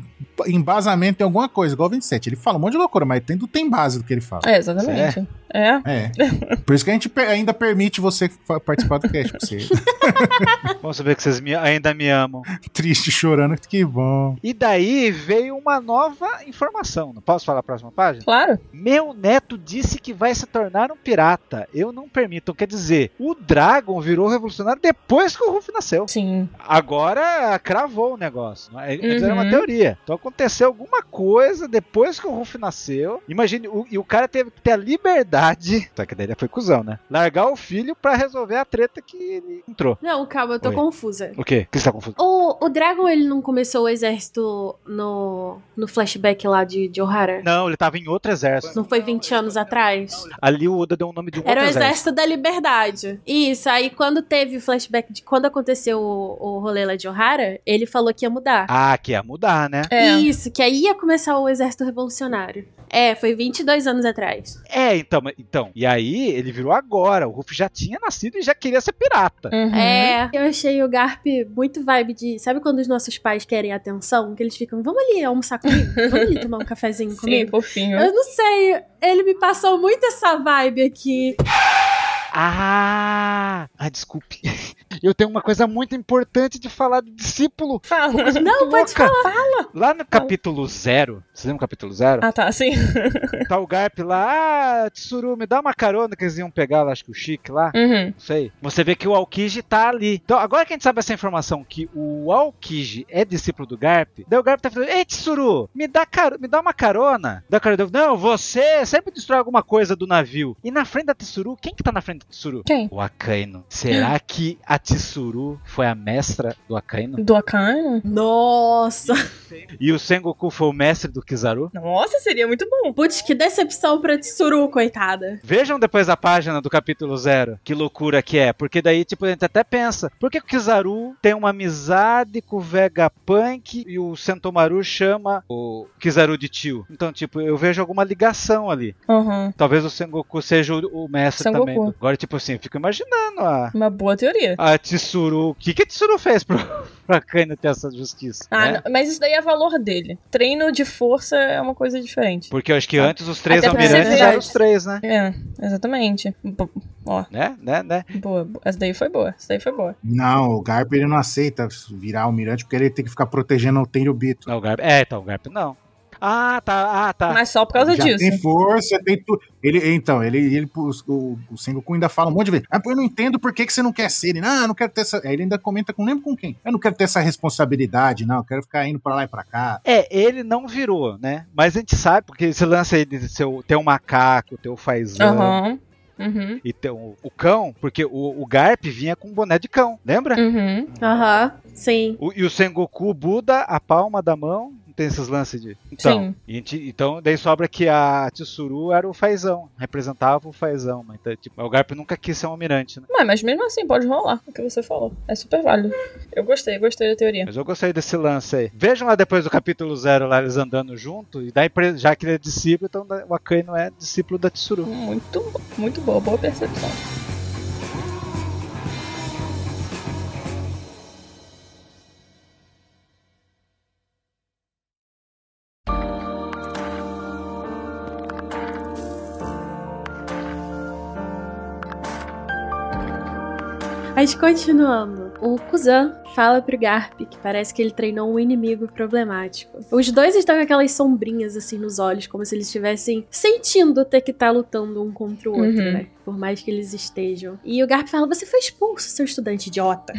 [SPEAKER 1] embasamento em alguma coisa, igual o 27. Ele fala um monte de loucura, mas tem, tem base do que ele fala.
[SPEAKER 3] É, exatamente. É.
[SPEAKER 1] É. Por isso que a gente pe- ainda permite você fa- participar do cast. Porque você
[SPEAKER 2] Vamos saber que vocês me- ainda me amam.
[SPEAKER 1] é triste, chorando. Que bom.
[SPEAKER 2] E daí veio uma nova informação. Não posso falar a próxima página?
[SPEAKER 3] Claro.
[SPEAKER 2] Meu neto disse que vai se tornar um pirata. Eu não permito. Quer dizer, o Dragon virou revolucionário depois que o Ruff nasceu.
[SPEAKER 3] Sim.
[SPEAKER 2] Agora cravou o negócio. né? Antes era uma
[SPEAKER 3] Uhum.
[SPEAKER 2] teoria. Então aconteceu alguma coisa depois que o Ruff nasceu. Imagine, o- e o cara teve que ter a liberdade. Só que daí ele foi cuzão, né? Largar o filho pra resolver a treta que ele entrou.
[SPEAKER 4] Não, calma, eu tô
[SPEAKER 2] Oi.
[SPEAKER 4] confusa.
[SPEAKER 2] O quê? O que você tá confuso?
[SPEAKER 4] O, o Dragon, ele não começou o exército no, no flashback lá de, de Ohara?
[SPEAKER 2] Não, ele tava em outro exército.
[SPEAKER 4] Não foi 20 anos atrás?
[SPEAKER 2] Ali o Oda deu o nome de um
[SPEAKER 4] Era o
[SPEAKER 2] outro exército.
[SPEAKER 4] Exército da Liberdade. Isso, aí quando teve o flashback de quando aconteceu o, o rolê lá de Ohara, ele falou que ia mudar.
[SPEAKER 2] Ah, que ia mudar, né?
[SPEAKER 3] É.
[SPEAKER 4] Isso, que aí ia começar o Exército Revolucionário. É, foi 22 anos atrás.
[SPEAKER 2] É, então, Caramba, então. E aí ele virou agora. O Ruff já tinha nascido e já queria ser pirata.
[SPEAKER 3] Uhum.
[SPEAKER 4] É, eu achei o Garp muito vibe de. Sabe quando os nossos pais querem atenção? Que eles ficam, vamos ali almoçar comigo? Vamos ali tomar um cafezinho
[SPEAKER 3] Sim,
[SPEAKER 4] comigo?
[SPEAKER 3] fofinho.
[SPEAKER 4] Eu não sei, ele me passou muito essa vibe aqui.
[SPEAKER 2] Ah! Ah, desculpe. Eu tenho uma coisa muito importante de falar do discípulo.
[SPEAKER 3] Fala.
[SPEAKER 4] Não, pode
[SPEAKER 2] Louca. Lá no capítulo zero, vocês lembram o capítulo zero?
[SPEAKER 3] Ah, tá, sim.
[SPEAKER 2] Tá o Garp lá, ah, Tsuru, me dá uma carona que eles iam pegar lá, acho que o Chique lá.
[SPEAKER 3] Uhum.
[SPEAKER 2] Não sei. Você vê que o Aokiji tá ali. Então, agora que a gente sabe essa informação que o Aokiji é discípulo do Garp, daí o Garp tá falando: Ei, Tsuru, me dá, caro- me dá uma carona. Dá carona. Não, você sempre destrói alguma coisa do navio. E na frente da Tsuru, quem que tá na frente da Tsuru?
[SPEAKER 3] Quem?
[SPEAKER 2] O Akaino.
[SPEAKER 4] Hum.
[SPEAKER 2] Será que a Tsuru foi a mestra do Akaino?
[SPEAKER 3] Do Akainu?
[SPEAKER 4] Nossa!
[SPEAKER 2] E o Sengoku foi o mestre do Kizaru?
[SPEAKER 3] Nossa, seria muito bom.
[SPEAKER 4] Putz, que decepção pra Tsuru, coitada.
[SPEAKER 2] Vejam depois a página do capítulo zero, que loucura que é. Porque daí, tipo, a gente até pensa, por que o Kizaru tem uma amizade com o Vegapunk e o Sentomaru chama o Kizaru de tio? Então, tipo, eu vejo alguma ligação ali.
[SPEAKER 3] Uhum.
[SPEAKER 2] Talvez o Sengoku seja o, o mestre
[SPEAKER 3] Sengoku.
[SPEAKER 2] também. do- Agora, tipo assim, eu fico imaginando a...
[SPEAKER 3] Uma boa teoria.
[SPEAKER 2] A Tsuru, o que, que a Tsuru fez pro, pra Kaina ter essa justiça?
[SPEAKER 3] Ah,
[SPEAKER 2] né?
[SPEAKER 3] não, mas isso daí é valor dele. Treino de força é uma coisa diferente.
[SPEAKER 2] Porque eu acho que antes os três
[SPEAKER 3] Até pra você
[SPEAKER 2] almirantes
[SPEAKER 3] ver-
[SPEAKER 2] eram os três, né?
[SPEAKER 3] É, exatamente. Bo- ó,
[SPEAKER 2] Né? Né? Né?
[SPEAKER 3] boa. bo- Essa daí foi boa. Essa daí foi boa.
[SPEAKER 1] Não, o Garp ele não aceita virar almirante porque ele tem que ficar protegendo o Tenryubito.
[SPEAKER 2] Não, o Garp. É, então, o Garp não. Ah, tá. Ah, tá.
[SPEAKER 3] Mas só por causa
[SPEAKER 1] Já
[SPEAKER 3] disso.
[SPEAKER 1] Tem força, tem tudo. Ele, então, ele, ele, o, o Sengoku ainda fala um monte de vezes. Ah, pô, eu não entendo por que, que você não quer ser. Ele, não, eu não quero ter essa. Aí ele ainda comenta com lembro com quem. Eu não quero ter essa responsabilidade, não. Eu quero ficar indo pra lá e pra cá.
[SPEAKER 2] É, ele não virou, né? Mas a gente sabe, porque esse lance aí de ser o- ter um macaco, ter o fazão
[SPEAKER 3] Aham. Uhum.
[SPEAKER 2] e ter o, o cão, porque o, o Garp vinha com um boné de cão, lembra?
[SPEAKER 3] Uhum.
[SPEAKER 4] Aham, sim.
[SPEAKER 2] O- e o Sengoku Buda, a palma da mão, não tem esses lances de. Então,
[SPEAKER 3] Sim.
[SPEAKER 2] e a gente- então daí sobra que a Tsuru era o fazão, representava o fazão. Mas então, tipo, o Garp nunca quis ser um almirante, né?
[SPEAKER 3] Mas, mas mesmo assim, pode rolar o que você falou. É super válido. Eu gostei, gostei da teoria.
[SPEAKER 2] Mas eu gostei desse lance aí. Vejam lá depois do capítulo zero, lá eles andando junto, e dá a impre- já que ele é discípulo, então o Akainu é discípulo da Tsuru.
[SPEAKER 3] Muito, bo- muito boa, boa percepção.
[SPEAKER 4] Mas continuando. O Kuzan fala pro Garp que parece que ele treinou um inimigo problemático. Os dois estão com aquelas sombrinhas assim nos olhos, como se eles estivessem sentindo ter que estar lutando um contra o outro,
[SPEAKER 3] Uhum.
[SPEAKER 4] né? Por mais que eles estejam. E o Garp fala: Você foi expulso, seu estudante idiota.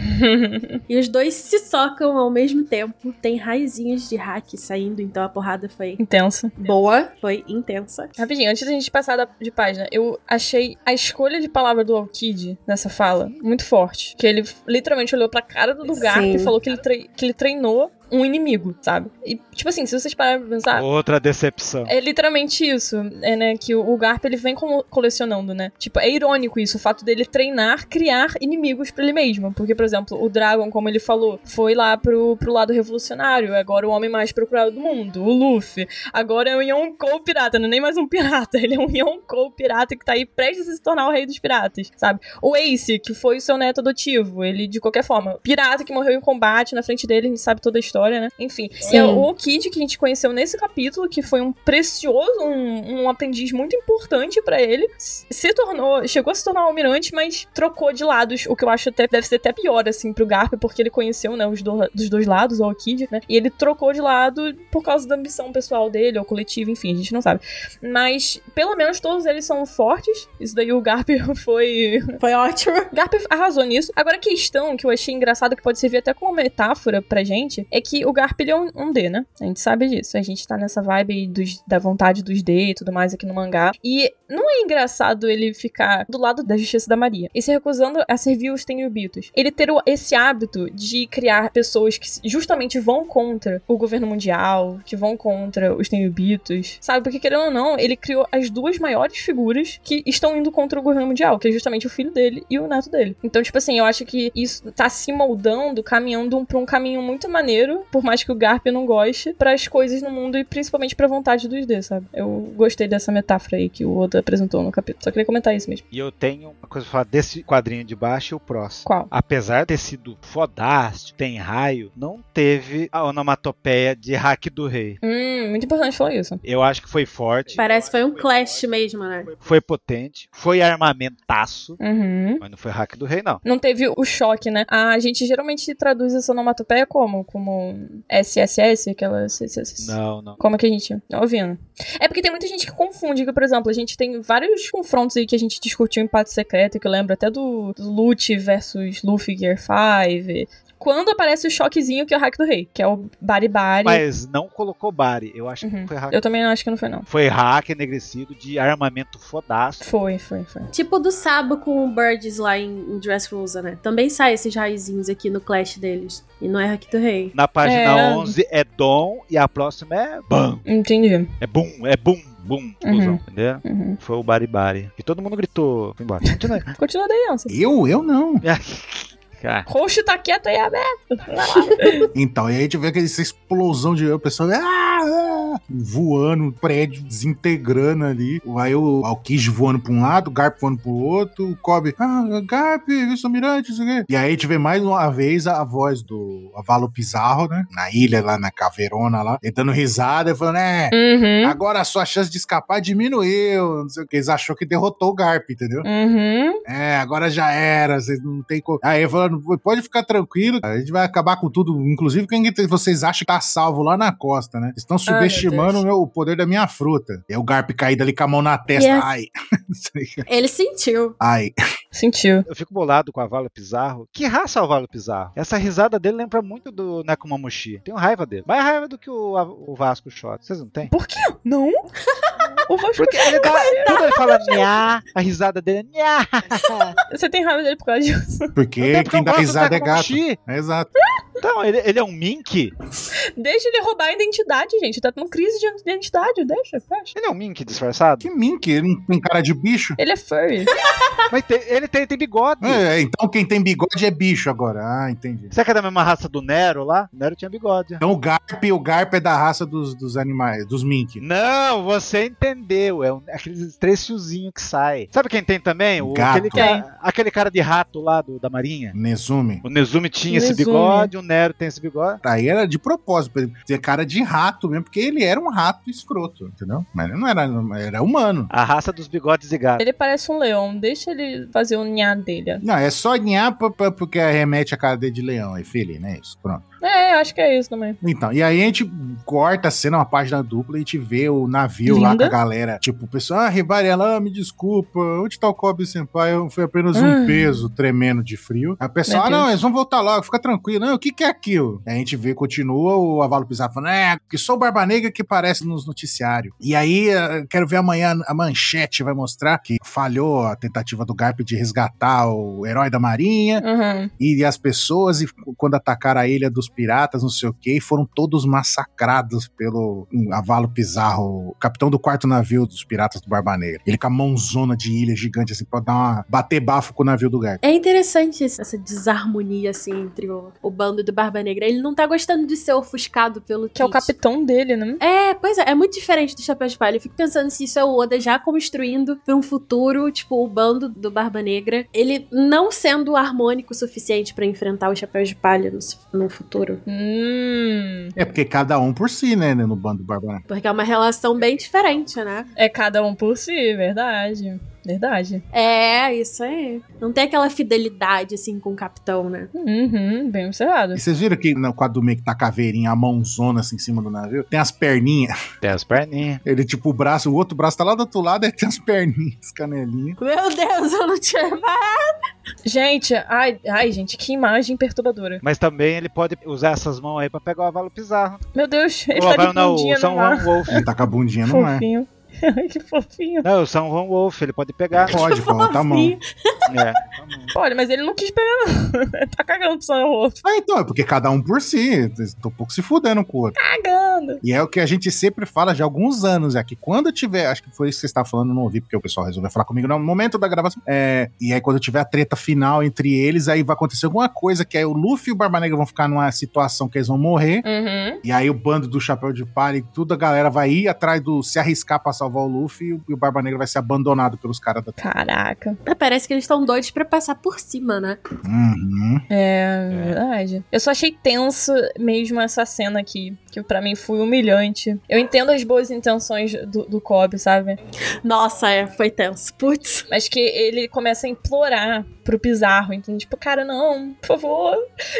[SPEAKER 4] E os dois se socam ao mesmo tempo. Tem raizinhos de hack saindo, então a porrada foi
[SPEAKER 3] Intenso.
[SPEAKER 4] boa, foi intensa.
[SPEAKER 3] Rapidinho, antes da gente passar da- de página, eu achei a escolha de palavra do Alkid nessa fala muito forte. Que ele literalmente olhou pra cara do Garp
[SPEAKER 4] Sim.
[SPEAKER 3] e falou que ele, trei- que ele treinou um inimigo, sabe? E, tipo assim, se vocês pararem pra pensar,
[SPEAKER 2] Outra decepção.
[SPEAKER 3] É literalmente isso, é, né? Que o o Garp ele vem como- colecionando, né? Tipo, é irônico isso, o fato dele treinar, criar inimigos pra ele mesmo. Porque, por exemplo, o Dragon, como ele falou, foi lá pro, pro lado revolucionário, é agora o homem mais procurado do mundo, o Luffy. Agora é um Yonkou pirata, não é nem mais um pirata, ele é um Yonkou pirata que tá aí prestes a se tornar o rei dos piratas, sabe? O Ace, que foi o seu neto adotivo, ele, de qualquer forma, pirata que morreu em combate na frente dele, a gente sabe toda a história, né? Enfim,
[SPEAKER 4] Sim.
[SPEAKER 3] é o Kid que a gente conheceu nesse capítulo, que foi um precioso, um, um aprendiz muito importante pra ele, s- se tornou, chegou a se tornar um almirante, mas trocou de lados, o que eu acho até, deve ser até pior, assim, pro Garp, porque ele conheceu, né, os do- dos dois lados, o Kid, né? E ele trocou de lado por causa da ambição pessoal dele, ou coletiva, enfim, a gente não sabe. Mas, pelo menos, todos eles são fortes, isso daí o Garp foi
[SPEAKER 4] Foi ótimo.
[SPEAKER 3] Garp arrasou nisso. Agora, a questão que eu achei engraçada, que pode servir até como metáfora pra gente, é que o Garp ele é um, um D, né? A gente sabe disso. A gente tá nessa vibe aí dos- da vontade dos D e tudo mais aqui no mangá. E não é engraçado ele ficar do lado da justiça da Maria e se recusando a servir os tenryubitos. Ele ter o- esse hábito de criar pessoas que justamente vão contra o governo mundial, que vão contra os tenryubitos, sabe? Porque querendo ou não, ele criou as duas maiores figuras que estão indo contra o governo mundial, que é justamente o filho dele e o neto dele. Então, tipo assim, eu acho que isso tá se moldando, caminhando um- pra um caminho muito maneiro maneiro, por mais que o Garp não goste, para as coisas no mundo e principalmente pra vontade dos D, sabe? Eu gostei dessa metáfora aí que o Oda apresentou no capítulo. Só queria comentar isso mesmo.
[SPEAKER 2] E eu tenho uma coisa pra falar desse quadrinho de baixo e o próximo.
[SPEAKER 3] Qual?
[SPEAKER 2] Apesar de ter sido fodástico, tem raio, não teve a onomatopeia de hack do rei.
[SPEAKER 3] Hum, muito importante falar isso.
[SPEAKER 2] Eu acho que foi forte.
[SPEAKER 4] Parece que foi um clash mesmo, né?
[SPEAKER 2] Foi potente, foi armamentaço,
[SPEAKER 3] Uhum.
[SPEAKER 2] mas não foi hack do rei, não.
[SPEAKER 3] Não teve o choque, né? A gente geralmente traduz essa onomatopeia como? Como SSS, aquela... SSS.
[SPEAKER 2] Não, não.
[SPEAKER 3] Como é que a gente. Tá ouvindo? É porque tem muita gente que confunde, que, por exemplo, a gente tem vários confrontos aí que a gente discutiu em Pato Secreto, que eu lembro até do, do Lute versus Luffy Gear 5. Quando aparece o choquezinho que é o hack do rei, que é o Bari Bari.
[SPEAKER 2] Mas não colocou Bari. Eu acho que
[SPEAKER 3] Uhum.
[SPEAKER 2] não foi hack.
[SPEAKER 3] Eu também acho que não foi, não.
[SPEAKER 2] Foi hack enegrecido de armamento fodaço.
[SPEAKER 3] Foi, foi, foi.
[SPEAKER 4] Tipo do Sabo com o Birds lá em, em Dressrosa, né? Também sai esses raizinhos aqui no clash deles. E não é Haki do Rei.
[SPEAKER 2] Na página
[SPEAKER 3] É.
[SPEAKER 2] 11 é Dom e a próxima é BAM.
[SPEAKER 3] Entendi.
[SPEAKER 2] É BUM, é BUM, BUM. explosão, Entendeu?
[SPEAKER 3] Uhum.
[SPEAKER 2] Foi o Bari Bari. E todo mundo gritou. Foi embora. Continua.
[SPEAKER 3] Continua daí, Ansa.
[SPEAKER 1] Eu? Eu não.
[SPEAKER 2] Cara,
[SPEAKER 3] Roxo tá quieto aí aberto.
[SPEAKER 1] Então, e aí a gente vê aquela essa explosão de o pessoal ah, ah, voando, prédio desintegrando ali. Aí o Alquiz voando pra um lado, o Garp voando pro outro, o Cobb, ah, Garp, vice-almirante, isso aqui. E aí a gente vê mais uma vez a, a voz do Avalo Pizarro, né? Na ilha, lá na caveirona lá, ele dando risada e falando, é,
[SPEAKER 3] Uhum.
[SPEAKER 1] agora a sua chance de escapar diminuiu. Não sei o que, eles achou que derrotou o Garp, entendeu?
[SPEAKER 3] Uhum.
[SPEAKER 1] É, agora já era, vocês não tem como. Aí eu falando, pode ficar tranquilo, a gente vai acabar com tudo, inclusive quem que vocês acham que tá salvo lá na costa, né? Vocês estão
[SPEAKER 3] meu
[SPEAKER 1] subestimando
[SPEAKER 3] Deus.
[SPEAKER 1] o, meu- o poder da minha fruta. E aí o Garp caído ali com a mão na testa.
[SPEAKER 4] Yes.
[SPEAKER 1] Ai,
[SPEAKER 4] Ele sentiu.
[SPEAKER 1] ai.
[SPEAKER 3] Sentiu.
[SPEAKER 2] eu fico bolado com a Vala Pizarro. Que raça é o Vala Pizarro? Essa risada dele lembra muito do Nekomamushi. Tenho raiva dele. Mais raiva do que o, o Vasco Shot. Vocês não têm?
[SPEAKER 3] Por quê? Não? o Vasco.
[SPEAKER 2] Porque ele dá, quando ele fala nha, a risada dele é nha.
[SPEAKER 3] Você tem raiva dele por causa disso.
[SPEAKER 1] Porque
[SPEAKER 2] Até porque eu
[SPEAKER 1] quem dá
[SPEAKER 2] gosto do
[SPEAKER 3] tá
[SPEAKER 1] risada é gato.
[SPEAKER 2] Nekomamushi.
[SPEAKER 1] É, Exato.
[SPEAKER 2] Então, ele, ele é um mink?
[SPEAKER 3] Deixa ele roubar a identidade, gente. Tá tendo crise de identidade. Deixa, fecha.
[SPEAKER 2] Ele é um mink disfarçado?
[SPEAKER 1] Que mink, ele não tem cara de bicho.
[SPEAKER 3] Ele é furry.
[SPEAKER 2] Mas tem- ele tem, tem bigode.
[SPEAKER 1] É, então quem tem bigode é bicho agora. Ah, entendi.
[SPEAKER 2] Será que é da mesma raça do Nero lá? O Nero tinha bigode.
[SPEAKER 1] Então o Garp, o Garp é da raça dos, dos animais, dos mink. né?
[SPEAKER 2] Não, você entendeu. É um- aqueles três fiozinhos que saem. Sabe quem tem também? O,
[SPEAKER 1] Gato.
[SPEAKER 2] aquele, cara, aquele cara de rato lá do- da marinha.
[SPEAKER 1] Nezumi.
[SPEAKER 2] O Nezumi tinha esse
[SPEAKER 3] Nezumi.
[SPEAKER 2] bigode, o Nero tem esse bigode.
[SPEAKER 1] Aí era de propósito, pra ele ter cara de rato mesmo, porque ele era um rato escroto, entendeu? Mas ele não era, era humano.
[SPEAKER 2] A raça dos bigodes e gato.
[SPEAKER 3] Ele parece um leão. Deixa ele fazer o nha dele.
[SPEAKER 1] Não, é só nhapa pra- porque remete a cadeia de leão aí, filho, né? Isso, pronto.
[SPEAKER 3] É, eu acho que é isso também.
[SPEAKER 1] Então, e aí a gente corta a cena, uma página dupla, e a gente vê o navio lá
[SPEAKER 3] Linda.
[SPEAKER 1] com a galera. Tipo, o pessoal, ah, Ribarela, me desculpa, onde tá o Kobe Senpai? Eu fui apenas um
[SPEAKER 3] Ah.
[SPEAKER 1] peso tremendo de frio. A pessoa,
[SPEAKER 3] Meu
[SPEAKER 1] ah, não,
[SPEAKER 3] Deus.
[SPEAKER 1] eles vão voltar logo, fica tranquilo. Não, o que que é aquilo? Aí a gente vê, continua o Avalo Pizarro falando, é, que sou o Barba Negra que aparece nos noticiários. E aí, eh, quero ver amanhã, a manchete vai mostrar que falhou a tentativa do Garp de resgatar o herói da marinha
[SPEAKER 3] Uhum.
[SPEAKER 1] e as pessoas, e quando atacaram a ilha dos piratas, não sei o que, foram todos massacrados pelo um, Avalo Pizarro, o capitão do quarto navio dos piratas do Barba Negra. Ele com a mãozona de ilha gigante, assim, pra dar uma, bater bafo com o navio do Garp.
[SPEAKER 4] É interessante esse- essa desarmonia, assim, entre o, o bando do Barba Negra. Ele não tá gostando de ser ofuscado pelo
[SPEAKER 3] Que é o
[SPEAKER 4] Kid.
[SPEAKER 3] capitão dele, né?
[SPEAKER 4] É, pois é, é muito diferente do Chapéu de Palha. Eu fico pensando se isso é o Oda já construindo pra um futuro, tipo, o bando do Barba Negra. Ele não sendo harmônico o suficiente pra enfrentar o Chapéu de Palha no, su- no futuro.
[SPEAKER 3] Hum.
[SPEAKER 1] É porque cada um por si, né, né, no bando do Barba Negra.
[SPEAKER 4] Porque é uma relação bem diferente, né?
[SPEAKER 3] É cada um por si, verdade. Verdade.
[SPEAKER 4] É, isso aí. Não tem aquela fidelidade, assim, com o capitão, né?
[SPEAKER 3] Uhum, bem observado.
[SPEAKER 1] E vocês viram que no quadro do meio que tá a caveirinha, a mãozona assim em cima do navio? Tem as perninhas.
[SPEAKER 2] Tem as perninhas.
[SPEAKER 1] Ele, tipo, o braço, o outro braço tá lá do outro lado, aí tem as perninhas, as canelinhas.
[SPEAKER 4] Meu Deus, eu não tinha
[SPEAKER 3] Gente, ai, ai, gente, que imagem perturbadora.
[SPEAKER 2] Mas também ele pode usar essas mãos aí pra pegar o avalo pizarro.
[SPEAKER 3] Meu Deus, ele
[SPEAKER 2] Ou o
[SPEAKER 3] tá de
[SPEAKER 2] avalo não,
[SPEAKER 3] bundinha
[SPEAKER 2] o São
[SPEAKER 3] no ar.
[SPEAKER 2] Juan Wolf.
[SPEAKER 1] Ele tá com a bundinha no mar.
[SPEAKER 3] Fofinho. Ai, que fofinho.
[SPEAKER 2] Não, o São Juan Wolf, ele pode pegar.
[SPEAKER 1] Pode, com a outra mão.
[SPEAKER 4] Fofinho.
[SPEAKER 2] É.
[SPEAKER 3] Olha, mas ele não quis pegar, não. tá cagando pro Sonic Wolf.
[SPEAKER 1] Ah, então, é porque cada um por si. Tô um pouco se fudendo com o outro.
[SPEAKER 3] Cagando.
[SPEAKER 1] E é o que a gente sempre fala já há alguns anos, é que quando eu tiver, acho que foi isso que você estava falando, eu não ouvi, porque o pessoal resolveu falar comigo no momento da gravação. É, e aí, quando eu tiver a treta final entre eles, aí vai acontecer alguma coisa, que aí o Luffy e o Barba Negra vão ficar numa situação que eles vão morrer.
[SPEAKER 3] Uhum.
[SPEAKER 1] E aí o bando do Chapéu de Palha e tudo, a galera vai ir atrás do se arriscar pra salvar o Luffy e o- e o Barba Negra vai ser abandonado pelos caras da.
[SPEAKER 3] Caraca.
[SPEAKER 4] Mas Parece que eles estão doidos pra passar por cima, né?
[SPEAKER 1] Uhum.
[SPEAKER 3] É, verdade. Eu só achei tenso mesmo essa cena aqui, que pra mim foi humilhante. Eu entendo as boas intenções do, do Cobb, sabe?
[SPEAKER 4] Nossa, é, foi tenso. Putz.
[SPEAKER 3] Mas que ele começa a implorar pro Pizarro, entende? Tipo, cara, não, por favor,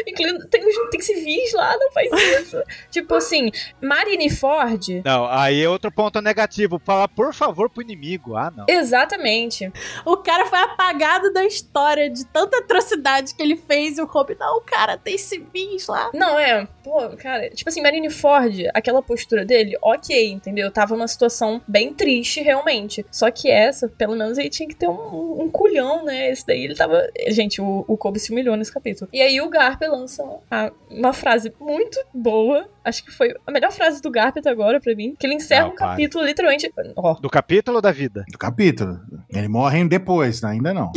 [SPEAKER 3] inclina, tem, os- tem civis lá, não faz isso. tipo assim, Marine Ford.
[SPEAKER 2] Não, aí é outro ponto negativo. Falar, por favor, pro inimigo. Ah, não.
[SPEAKER 3] Exatamente.
[SPEAKER 4] O cara foi apagado da história de tanta atrocidade que ele fez e o Kobe, não, cara, tem civis lá.
[SPEAKER 3] Não, é, pô, cara, tipo assim, Marine Ford, aquela postura dele, ok, entendeu? Tava uma situação bem triste, realmente. Só que essa, pelo menos ele tinha que ter um, um culhão, né? Esse daí ele tava. Gente, o, o Kobe se humilhou nesse capítulo. E aí o Garp lança uma, uma frase muito boa. Acho que foi a melhor frase do Garp até agora pra mim. Que ele encerra
[SPEAKER 2] Não,
[SPEAKER 3] um
[SPEAKER 2] para.
[SPEAKER 3] capítulo literalmente. Ó,
[SPEAKER 2] Do capítulo da vida.
[SPEAKER 1] Do capítulo. Eles morrem depois, né? ainda não.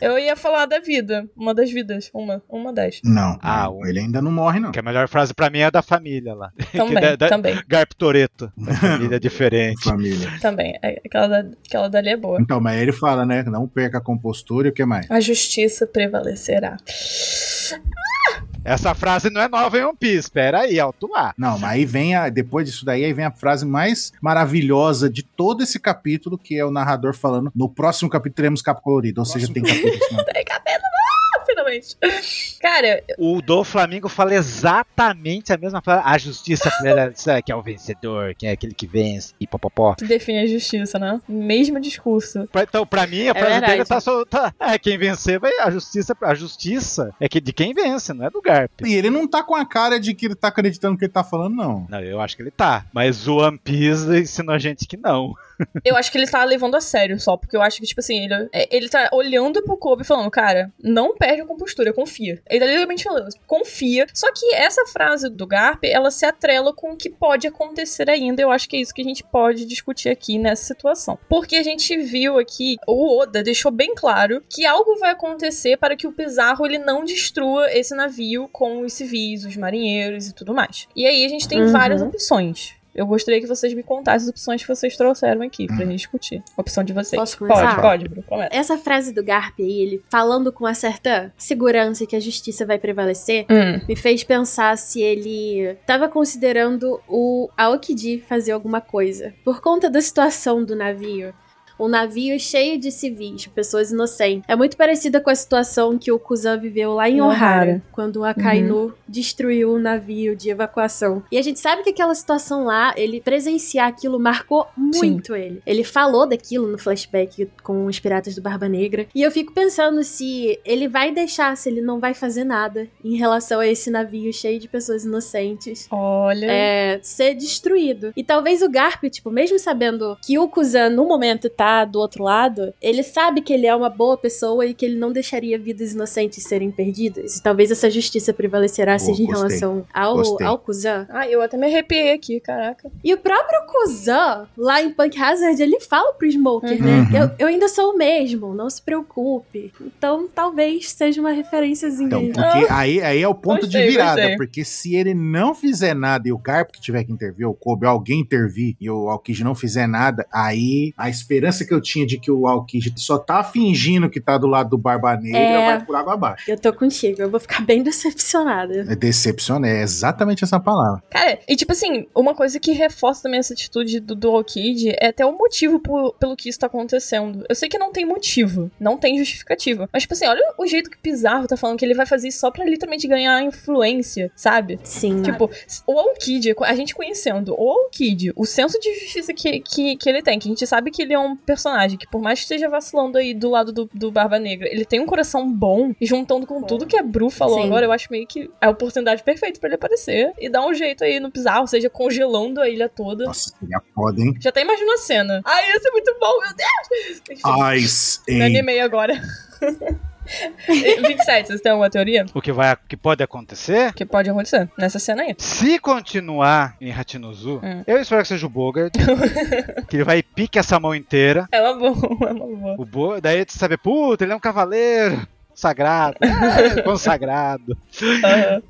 [SPEAKER 3] eu ia falar da vida. Uma das vidas. Uma. Uma das.
[SPEAKER 1] Não.
[SPEAKER 2] Ah,
[SPEAKER 1] não. ele ainda não morre, não.
[SPEAKER 2] Que a melhor frase pra mim é a da família lá.
[SPEAKER 3] Também,
[SPEAKER 2] da- da-
[SPEAKER 3] também,
[SPEAKER 2] Garp Toreto. Da família diferente.
[SPEAKER 1] Família.
[SPEAKER 3] também. É, Aquela, da- aquela dali é boa.
[SPEAKER 1] Então, mas aí ele fala, né? Não perca a compostura e o que mais?
[SPEAKER 3] A justiça prevalecerá.
[SPEAKER 2] Essa frase não é nova em One Piece. Pera aí, alto lá.
[SPEAKER 1] Não, mas aí vem a. Depois disso daí, aí vem a frase mais maravilhosa de todo esse capítulo, que é o narrador falando: no próximo capítulo teremos capa colorida. Ou seja, tem capítulo. assim,
[SPEAKER 3] Peraí, cabelo, não, finalmente. Cara,
[SPEAKER 2] O do Flamengo fala exatamente a mesma frase. A justiça primeira, sabe, que é o vencedor, que é aquele que vence, e popopó.
[SPEAKER 3] que define a justiça, né? Mesmo discurso.
[SPEAKER 2] Pra- Então, pra mim, a frase
[SPEAKER 4] verdade.
[SPEAKER 2] dele tá só. tá- é, quem vencer vai. A justiça, a justiça é que de quem vence, não é do Garp.
[SPEAKER 1] ó. E ele não tá com a cara de que ele tá acreditando no que ele tá falando, não.
[SPEAKER 2] Não, eu acho que ele tá. Mas o One Piece ensinou a gente que não.
[SPEAKER 3] Eu acho que ele tá levando a sério só, porque eu acho que, tipo assim, ele, é, ele tá olhando pro Kobe e falando, cara, não perde a compostura, confia. Ele tá literalmente falando, confia. Só que essa frase do Garp, ela se atrela com o que pode acontecer ainda. Eu acho que é isso que a gente pode discutir aqui nessa situação. Porque a gente viu aqui, o Oda deixou bem claro que algo vai acontecer para que o Pizarro ele não destrua esse navio com os civis, os marinheiros e tudo mais. E aí a gente tem
[SPEAKER 4] Uhum.
[SPEAKER 3] várias opções. Eu gostaria que vocês me contassem as opções que vocês trouxeram aqui pra gente discutir. A opção de vocês.
[SPEAKER 4] Posso
[SPEAKER 3] pode,
[SPEAKER 4] começar?
[SPEAKER 3] pode, Bruno, começa.
[SPEAKER 4] Essa frase do Garp aí, ele falando com uma certa segurança que a justiça vai prevalecer,
[SPEAKER 3] Hum,
[SPEAKER 4] me fez pensar se ele tava considerando o Aokiji fazer alguma coisa. Por conta da situação do navio. Um navio cheio de civis, pessoas inocentes. É muito parecida com a situação que o Kuzan viveu lá em
[SPEAKER 3] Em Ohara.
[SPEAKER 4] Ohara, quando o Akainu destruiu o navio de evacuação. E a gente sabe que aquela situação lá, ele presenciar aquilo marcou muito ele. Ele falou daquilo no flashback com os piratas do Barba Negra. E eu fico pensando se ele vai deixar, se ele não vai fazer nada em relação a esse navio cheio de pessoas inocentes.
[SPEAKER 3] olha.
[SPEAKER 4] é, ser destruído. E talvez o Garp, tipo, mesmo sabendo que o Kuzan no momento tá do outro lado, ele sabe que ele é uma boa pessoa e que ele não deixaria vidas inocentes serem perdidas. E talvez essa justiça prevalecerá,
[SPEAKER 1] Boa,
[SPEAKER 4] seja em
[SPEAKER 1] gostei.
[SPEAKER 4] relação ao,
[SPEAKER 1] Gostei.
[SPEAKER 4] ao Kuzan.
[SPEAKER 3] Ah, eu até me arrepiei aqui, caraca.
[SPEAKER 4] E o próprio Kuzan, lá em Punk Hazard, ele fala pro Smoker,
[SPEAKER 3] Uhum.
[SPEAKER 4] né?
[SPEAKER 1] Uhum.
[SPEAKER 4] Eu, eu ainda sou o mesmo, não se preocupe. Então talvez seja uma referênciazinha.
[SPEAKER 1] Então, porque aí, aí é o ponto
[SPEAKER 3] Ah. Gostei,
[SPEAKER 1] de virada.
[SPEAKER 3] gostei.
[SPEAKER 1] Porque se ele não fizer nada e o Garp que tiver que intervir, ou o Kobe, ou alguém intervir, e o Alkid não fizer nada, aí a esperança que eu tinha de que o Alkid só tá fingindo que tá do lado do Barba Negra
[SPEAKER 4] É.
[SPEAKER 1] vai por água abaixo.
[SPEAKER 4] Eu tô contigo, eu vou ficar bem decepcionada.
[SPEAKER 1] É decepciona, é exatamente essa palavra.
[SPEAKER 3] Cara, e tipo assim, uma coisa que reforça também essa atitude do Dual Kid é até o motivo por- pelo que isso tá acontecendo. Eu sei que não tem motivo, não tem justificativa. Mas, tipo assim, olha o jeito que o Pizarro tá falando que ele vai fazer isso só pra literalmente ganhar influência, sabe?
[SPEAKER 4] Sim.
[SPEAKER 3] Tipo, o Alkid, a gente conhecendo o Alkid, o senso de justiça que, que, que ele tem, que a gente sabe que ele é um personagem que, por mais que esteja vacilando aí do lado do, do Barba Negra, ele tem um coração bom, e juntando com tudo que a Bru falou
[SPEAKER 4] Sim.
[SPEAKER 3] agora, eu acho meio que é a oportunidade perfeita pra ele aparecer e dar um jeito aí no Pizarro, ou seja, congelando a ilha toda.
[SPEAKER 1] Nossa, seria foda, hein?
[SPEAKER 3] Já até imagino a cena. Ai, isso é muito bom, meu Deus! Tem que fazer-
[SPEAKER 1] Ice
[SPEAKER 3] Me
[SPEAKER 1] Age.
[SPEAKER 3] animei agora. 27, vocês têm alguma teoria?
[SPEAKER 2] O que, vai, que pode acontecer?
[SPEAKER 3] Que pode acontecer nessa cena aí.
[SPEAKER 2] Se continuar em Hatinuzu,
[SPEAKER 3] Hum.
[SPEAKER 2] eu espero que seja o Bogart, que ele vai e pique essa mão inteira.
[SPEAKER 3] É uma boa, é uma boa.
[SPEAKER 2] O Bo... Daí tu sabe, puta, ele é um cavaleiro sagrado, Ah, consagrado.
[SPEAKER 3] Aham.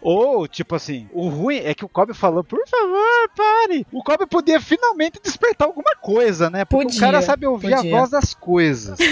[SPEAKER 2] Ou, tipo assim, o ruim é que o Cobb falou, por favor, pare. O Cobb podia finalmente despertar alguma coisa, né? Porque
[SPEAKER 3] Podia,
[SPEAKER 2] o cara sabe ouvir
[SPEAKER 3] podia.
[SPEAKER 2] a voz das coisas.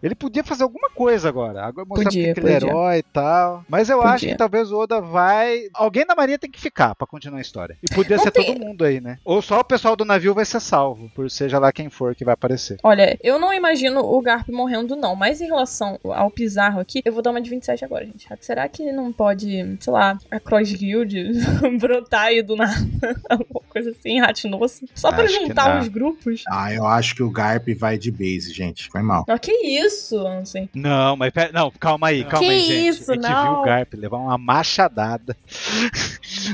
[SPEAKER 2] Ele podia fazer alguma coisa agora. Agora mostrar
[SPEAKER 3] Podia,
[SPEAKER 2] porque ele é
[SPEAKER 3] podia.
[SPEAKER 2] herói e tal. Mas eu acho
[SPEAKER 3] Podia.
[SPEAKER 2] que talvez o Oda vai. Alguém da Marinha tem que ficar pra continuar a história. E podia
[SPEAKER 3] Não
[SPEAKER 2] ser
[SPEAKER 3] tem-
[SPEAKER 2] todo mundo aí, né? Ou só o pessoal do navio vai ser salvo, por seja lá quem for que vai aparecer.
[SPEAKER 3] Olha, eu não imagino o Garp morrendo, não. Mas em relação ao Pizarro aqui, eu vou dar uma de 27 agora, gente. Será que ele não pode, sei lá, a Cross Guild brotar aí do nada? Alguma coisa assim, ratinoso. Só pra
[SPEAKER 2] Acho que
[SPEAKER 3] juntar
[SPEAKER 2] dá.
[SPEAKER 3] os grupos?
[SPEAKER 1] Ah, eu acho que o Garp vai de base, gente. Foi mal.
[SPEAKER 3] Não, que isso? Assim.
[SPEAKER 2] Não, mas pera, não, calma aí, calma
[SPEAKER 4] Que
[SPEAKER 2] aí, gente.
[SPEAKER 4] isso,
[SPEAKER 2] a gente
[SPEAKER 4] não.
[SPEAKER 2] viu o Garp levar uma machadada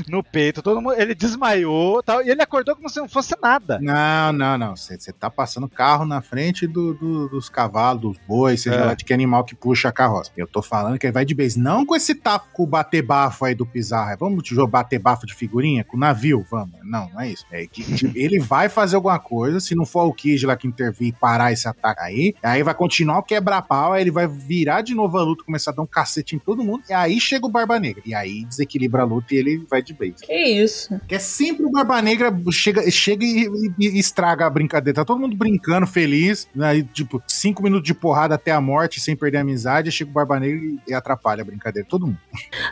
[SPEAKER 2] no peito, todo mundo, ele desmaiou, tal, e ele acordou como se não fosse nada.
[SPEAKER 1] Não, não, não. Você tá passando carro na frente do- do- dos cavalos, dos bois, seja
[SPEAKER 2] É.
[SPEAKER 1] lá de que animal que puxa a carroça. Eu tô falando que ele vai de base. Não com esse tapa com o bater bafo aí do Pizarra. Vamos te jogar bater bafo de figurinha? Com o navio, vamos. Não, não é isso. É que tipo, ele vai fazer alguma coisa. Se não for o Kid lá que intervir e parar esse ataque aí, aí vai continuar o quebra-pau, aí ele vai virar de novo a luta, começar a dar um cacete em todo mundo. E aí chega o Barba Negra. E aí desequilibra a luta e ele vai de base.
[SPEAKER 3] Que isso?
[SPEAKER 1] Que é sempre o Barba Negra chega, chega e, e- e estraga a brincadeira. Tá todo mundo brincando, feliz. Aí, tipo, cinco minutos de porrada até a morte, sem perder a amizade. Chega o Barba Negra e- e atrapalha a brincadeira. Todo mundo.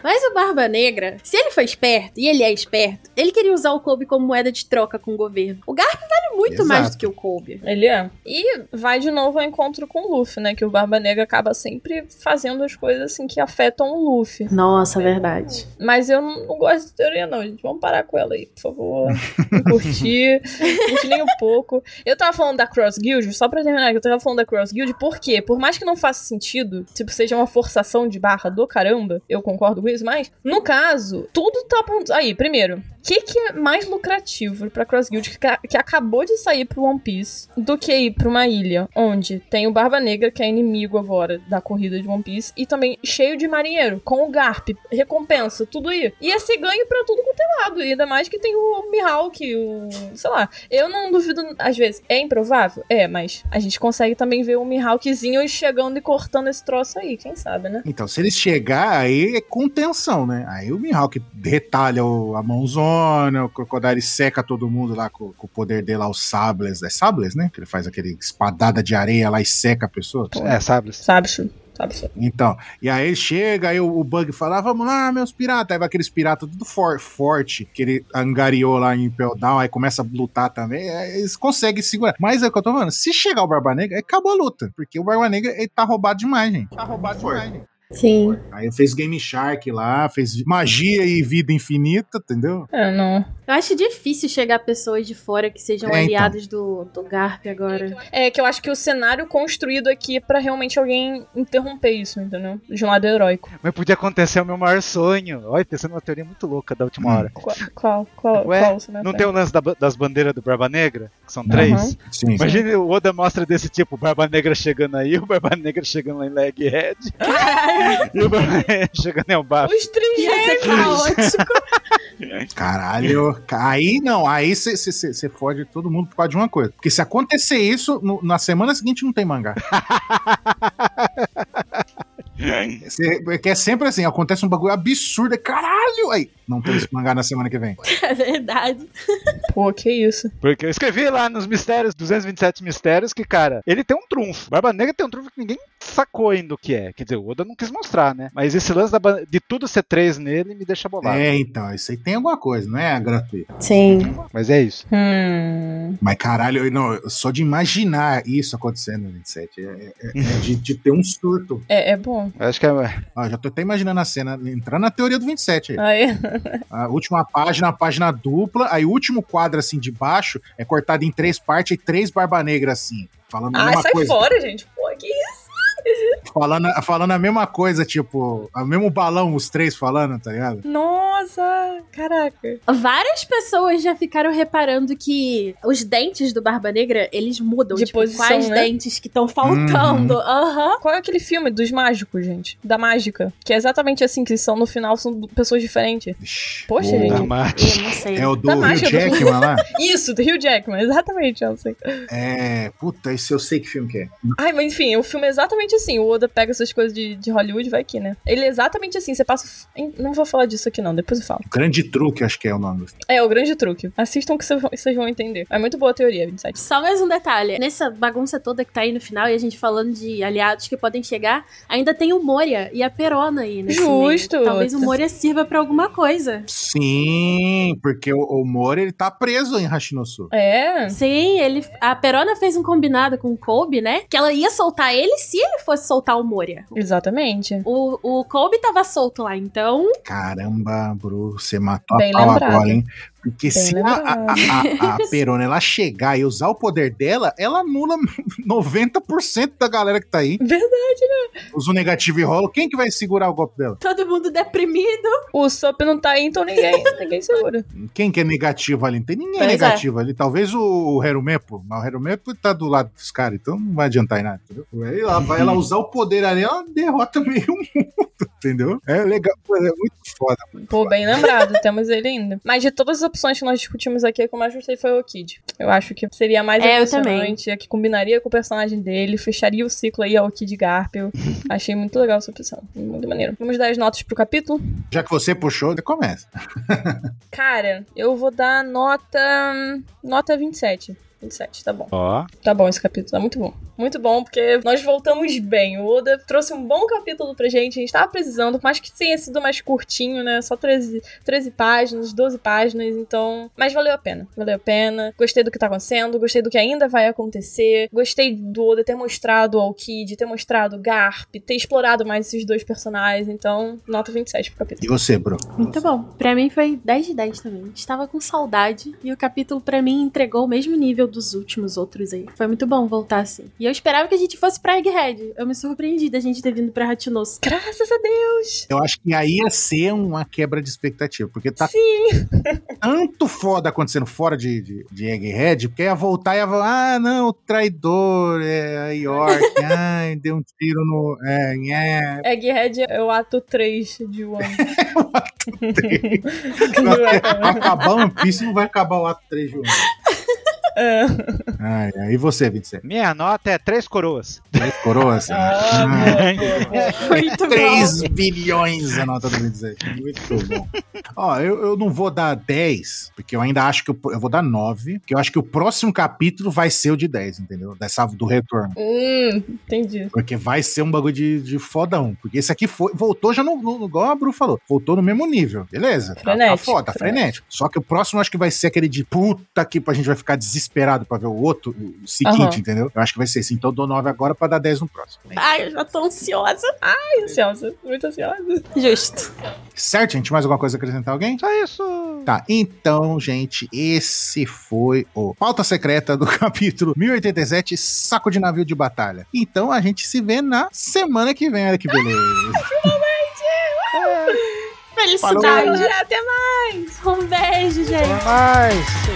[SPEAKER 4] Mas o Barba Negra, se ele foi esperto, e ele é esperto, ele queria usar o Kobe como moeda de troca com o governo. O Garp vale muito
[SPEAKER 1] Exato.
[SPEAKER 4] mais do que o Kobe.
[SPEAKER 3] Ele é. E vai de novo ao encontro com o Luffy, né? Que o Barba Negra acaba sempre fazendo as coisas assim que afetam o Luffy.
[SPEAKER 4] Nossa, é verdade.
[SPEAKER 3] Mas eu não, não gosto de teoria, não, gente. Vamos parar com ela aí, por favor. Não curti. não curti nem um pouco. Eu tava falando da Cross Guild, só pra terminar, que eu tava falando da Cross Guild, porque, por mais que não faça sentido, tipo, seja uma forçação de barra do caramba, eu concordo com isso, mas, no caso, tudo tá apontando. Aí, primeiro, o que, que é mais lucrativo pra Cross Guild que, ca- que acabou de sair pro One Piece do que ir pra uma ilha onde tem o Barba Negra, que é inimigo agora da corrida de One Piece, e também cheio de marinheiro, com o Garp, recompensa, tudo aí. E esse ganho pra tudo quanto é lado, e ainda mais que tem o Mihawk, o. sei lá. Eu não duvido, às vezes, é improvável? É, mas a gente consegue também ver o Mihawkzinho chegando e cortando esse troço aí, quem sabe, né?
[SPEAKER 1] Então, se ele chegar, aí é contenção, né? Aí o Mihawk retalha o- a mãozona, o Crocodile seca todo mundo lá com, com o poder dele lá, os sables. É sables, né? Que ele faz aquele espadada de areia lá e seca a pessoa.
[SPEAKER 2] É, sabe?
[SPEAKER 3] Sabe, Chu? Sabe, Chu?
[SPEAKER 1] Então, e aí chega, aí o, o Bug fala, "Ah, vamos lá, meus piratas. Aí vai aqueles piratas tudo for- forte, que ele angariou lá em Impel Down, aí começa a lutar também, aí eles conseguem segurar. Mas é o que eu tô falando, se chegar o Barba Negra, aí acabou a luta, porque o Barba Negra, ele tá roubado demais, gente. Tá roubado demais, gente.
[SPEAKER 4] Sim.
[SPEAKER 1] Aí fez Game Shark lá, fez magia e vida infinita, entendeu?
[SPEAKER 3] É, não.
[SPEAKER 4] Eu acho difícil chegar pessoas de fora que sejam
[SPEAKER 1] É, então.
[SPEAKER 4] aliados do, do Garp agora.
[SPEAKER 3] É que eu acho que o cenário construído aqui é pra realmente alguém interromper isso, entendeu? De um lado heróico.
[SPEAKER 2] Mas podia acontecer o meu maior sonho. Olha, pensando numa teoria muito louca da última
[SPEAKER 1] Hum.
[SPEAKER 2] hora.
[SPEAKER 3] Qual, qual, qual,
[SPEAKER 2] Ué,
[SPEAKER 3] qual o cenário?
[SPEAKER 2] Não tem o lance da ba- das bandeiras do Barba Negra, que são três?
[SPEAKER 1] Sim.
[SPEAKER 2] Imagina o Oda mostra desse tipo, o Barba Negra chegando aí, o Barba Negra chegando lá em Leghead, e o Barba Negra chegando em Elbaf.
[SPEAKER 3] Os trigêmeos!
[SPEAKER 4] Ia ser caótico.
[SPEAKER 1] Caralho. ca- Aí não, aí você fode todo mundo por causa de uma coisa. Porque se acontecer isso, no- na semana seguinte não tem mangá. Cê- Porque é sempre assim, acontece um bagulho absurdo, é caralho! Aí, não temos mangá na semana que vem.
[SPEAKER 4] é verdade.
[SPEAKER 3] Pô, que isso.
[SPEAKER 2] Porque eu escrevi lá nos mistérios, 227 mistérios, que, cara, ele tem um trunfo. Barba Negra tem um trunfo que ninguém sacou ainda o que é. Quer dizer, o Oda não quis mostrar, né? Mas esse lance da ban- de tudo ser três nele me deixa bolado.
[SPEAKER 1] É, então, isso aí tem alguma coisa, não é gratuito.
[SPEAKER 4] Sim.
[SPEAKER 2] Mas é isso.
[SPEAKER 3] Hum.
[SPEAKER 1] Mas caralho, eu- não, só de imaginar isso acontecendo no 27, é, é- é de, de ter um surto.
[SPEAKER 3] É, é bom.
[SPEAKER 2] Eu acho que é.
[SPEAKER 1] Ó, já tô até imaginando a cena, entrar na teoria do
[SPEAKER 2] É.
[SPEAKER 1] 27. aí.
[SPEAKER 3] Aí.
[SPEAKER 1] A última página, a página dupla, aí o último quadro assim de baixo é cortado em três partes e três barba negra assim, falando a
[SPEAKER 3] Ah,
[SPEAKER 1] mesma
[SPEAKER 3] sai
[SPEAKER 1] coisa.
[SPEAKER 3] fora, gente. Pô, que isso?
[SPEAKER 1] falando, falando a mesma coisa, tipo, o mesmo balão, os três falando, tá ligado?
[SPEAKER 3] Nossa, caraca.
[SPEAKER 4] Várias pessoas já ficaram reparando que os dentes do Barba Negra, eles mudam.
[SPEAKER 3] De
[SPEAKER 4] tipo,
[SPEAKER 3] posição,
[SPEAKER 4] quais
[SPEAKER 3] né?
[SPEAKER 4] dentes que estão
[SPEAKER 1] Uhum.
[SPEAKER 4] faltando. Aham.
[SPEAKER 3] Qual é aquele filme dos mágicos, gente? Da mágica. Que é exatamente assim, que são no final, são du- pessoas diferentes.
[SPEAKER 1] Ixi,
[SPEAKER 3] Poxa,
[SPEAKER 1] o-
[SPEAKER 3] gente.
[SPEAKER 2] Da Marte.
[SPEAKER 4] Eu não sei.
[SPEAKER 1] É o do
[SPEAKER 3] Tá
[SPEAKER 1] Rio
[SPEAKER 3] macho, eu tô-
[SPEAKER 1] Jackman lá?
[SPEAKER 3] Isso, do Hugh Jackman, exatamente, eu sei.
[SPEAKER 1] É, puta, esse eu sei que filme que é.
[SPEAKER 3] Ai, mas enfim, o filme é exatamente assim. O Oda pega essas coisas de, de Hollywood e vai aqui, né? Ele é exatamente assim. Você passa. Hein, Não vou falar disso aqui, não, depois eu falo.
[SPEAKER 1] O Grande Truque, acho que é o nome. do filme.
[SPEAKER 3] É, o grande truque. Assistam que vocês vão- vocês vão entender. É muito boa a teoria, 27.
[SPEAKER 4] Só mais um detalhe. Nessa bagunça toda que tá aí no final e a gente falando de aliados que podem chegar, ainda tem o Moria e a Perona aí, né?
[SPEAKER 3] Justo.
[SPEAKER 4] Talvez o Moria sirva pra alguma coisa.
[SPEAKER 1] Sim, porque o, o Moro, ele tá preso em Hashinosu.
[SPEAKER 3] É.
[SPEAKER 4] Sim, ele. A Perona fez um combinado com o Kobe, né? Que ela ia soltar ele se ele fosse soltar o Moria.
[SPEAKER 3] Exatamente.
[SPEAKER 4] O, o Kobe tava solto lá, então.
[SPEAKER 1] Caramba, Bru, você matou
[SPEAKER 3] Bem
[SPEAKER 1] a pau
[SPEAKER 3] lembrado.
[SPEAKER 1] agora, hein? Porque se a, a,
[SPEAKER 3] lembrado.
[SPEAKER 1] a- a Perona ela chegar e usar o poder dela, ela anula 90% da galera que tá aí.
[SPEAKER 3] Verdade.
[SPEAKER 1] Usa o negativo e rola. Quem que vai segurar o golpe dela?
[SPEAKER 4] Todo mundo deprimido.
[SPEAKER 3] O Sop não tá aí, então ninguém, ninguém segura.
[SPEAKER 1] Quem que é negativo ali? Não tem ninguém
[SPEAKER 4] Pois é.
[SPEAKER 1] negativo ali. Talvez o, o Herumepo. Mas o Herumepo tá do lado dos caras, então não vai adiantar em nada, entendeu? Aí ela vai ela usar o poder ali, ela derrota meio mundo, entendeu? É legal, é muito foda.
[SPEAKER 3] Pô, bem lembrado, temos ele ainda. Mas de todas as opções que nós discutimos aqui, a que eu mais gostei foi o Kid. Eu acho que seria a mais
[SPEAKER 4] É, eu
[SPEAKER 3] emocionante, a que combinaria com o personagem dele, fecharia o ciclo aí ao Kid Garfield. Achei muito legal essa opção. Muito maneiro. Vamos dar as notas pro capítulo?
[SPEAKER 1] Já que você puxou, começa.
[SPEAKER 3] Cara, eu vou dar nota. hum, Nota 27. 27, tá bom.
[SPEAKER 2] Ó,
[SPEAKER 3] Tá bom esse capítulo, tá muito bom. Muito bom, porque nós voltamos bem. O Oda trouxe um bom capítulo pra gente, a gente tava precisando, por mais que tenha sido mais curtinho, né? Só 13, 13 páginas, 12 páginas, então. Mas valeu a pena, valeu a pena. Gostei do que tá acontecendo, gostei do que ainda vai acontecer, gostei do Oda ter mostrado ao Kid, ter mostrado o Garp, ter explorado mais esses dois personagens, então, nota 27 pro capítulo.
[SPEAKER 1] E você, bro?
[SPEAKER 4] Muito bom. Pra mim foi 10 de 10 também. Estava com saudade e o capítulo pra mim entregou o mesmo nível dos últimos outros aí. Foi muito bom voltar assim. E eu esperava que a gente fosse pra Egghead. Eu me surpreendi da gente ter vindo pra Ratinoso.
[SPEAKER 3] Graças a Deus!
[SPEAKER 1] Eu acho que aí ia ser uma quebra de expectativa, porque tá
[SPEAKER 3] Sim!
[SPEAKER 1] tanto foda acontecendo fora de, de, de Egghead, porque ia voltar e ia falar, ah, não, o traidor, é a York, ai, deu um tiro no... É, é.
[SPEAKER 3] Egghead é o ato 3 de One.
[SPEAKER 1] Vai acabar o One Piece, não vai acabar o ato 3 de um.
[SPEAKER 3] É.
[SPEAKER 1] Ai, ai, e você, 27?
[SPEAKER 2] minha nota é três coroas.
[SPEAKER 1] Coroa, assim. Ah,
[SPEAKER 4] Muito bom.
[SPEAKER 1] 3 bilhões a nota do 27. Muito bom. Ó, eu, eu não vou dar 10, porque eu ainda acho que eu, eu vou dar 9, porque eu acho que o próximo capítulo vai ser o de 10, entendeu? Dessa, do retorno.
[SPEAKER 3] Hum, entendi.
[SPEAKER 1] Porque vai ser um bagulho de, de fodão. Porque esse aqui foi, voltou já no, no. Igual a Bru falou. Voltou no mesmo nível. Beleza. Tá- Tá,
[SPEAKER 3] Frenético.
[SPEAKER 1] foda, tá frenético. Só que o próximo eu acho que vai ser aquele de puta que a gente vai ficar desesperado pra ver o outro, o seguinte,
[SPEAKER 3] Aham. Tá.
[SPEAKER 1] entendeu? Eu acho que vai ser assim. Então eu dou 9 agora pra dar 10 no próximo.
[SPEAKER 4] Ai, eu já tô ansiosa.
[SPEAKER 3] Ai, ansiosa, muito ansiosa.
[SPEAKER 4] Justo.
[SPEAKER 1] Certo, gente? Mais alguma coisa a acrescentar alguém?
[SPEAKER 2] Só isso.
[SPEAKER 1] Tá, então, gente, esse foi o Pauta Secreta do capítulo 1087, Saco de Navio de Batalha. Então a gente se vê na semana que vem. Olha que beleza.
[SPEAKER 2] É,
[SPEAKER 4] Felicidade.
[SPEAKER 3] Tá, Até mais!
[SPEAKER 4] Um beijo, gente.
[SPEAKER 2] Até mais.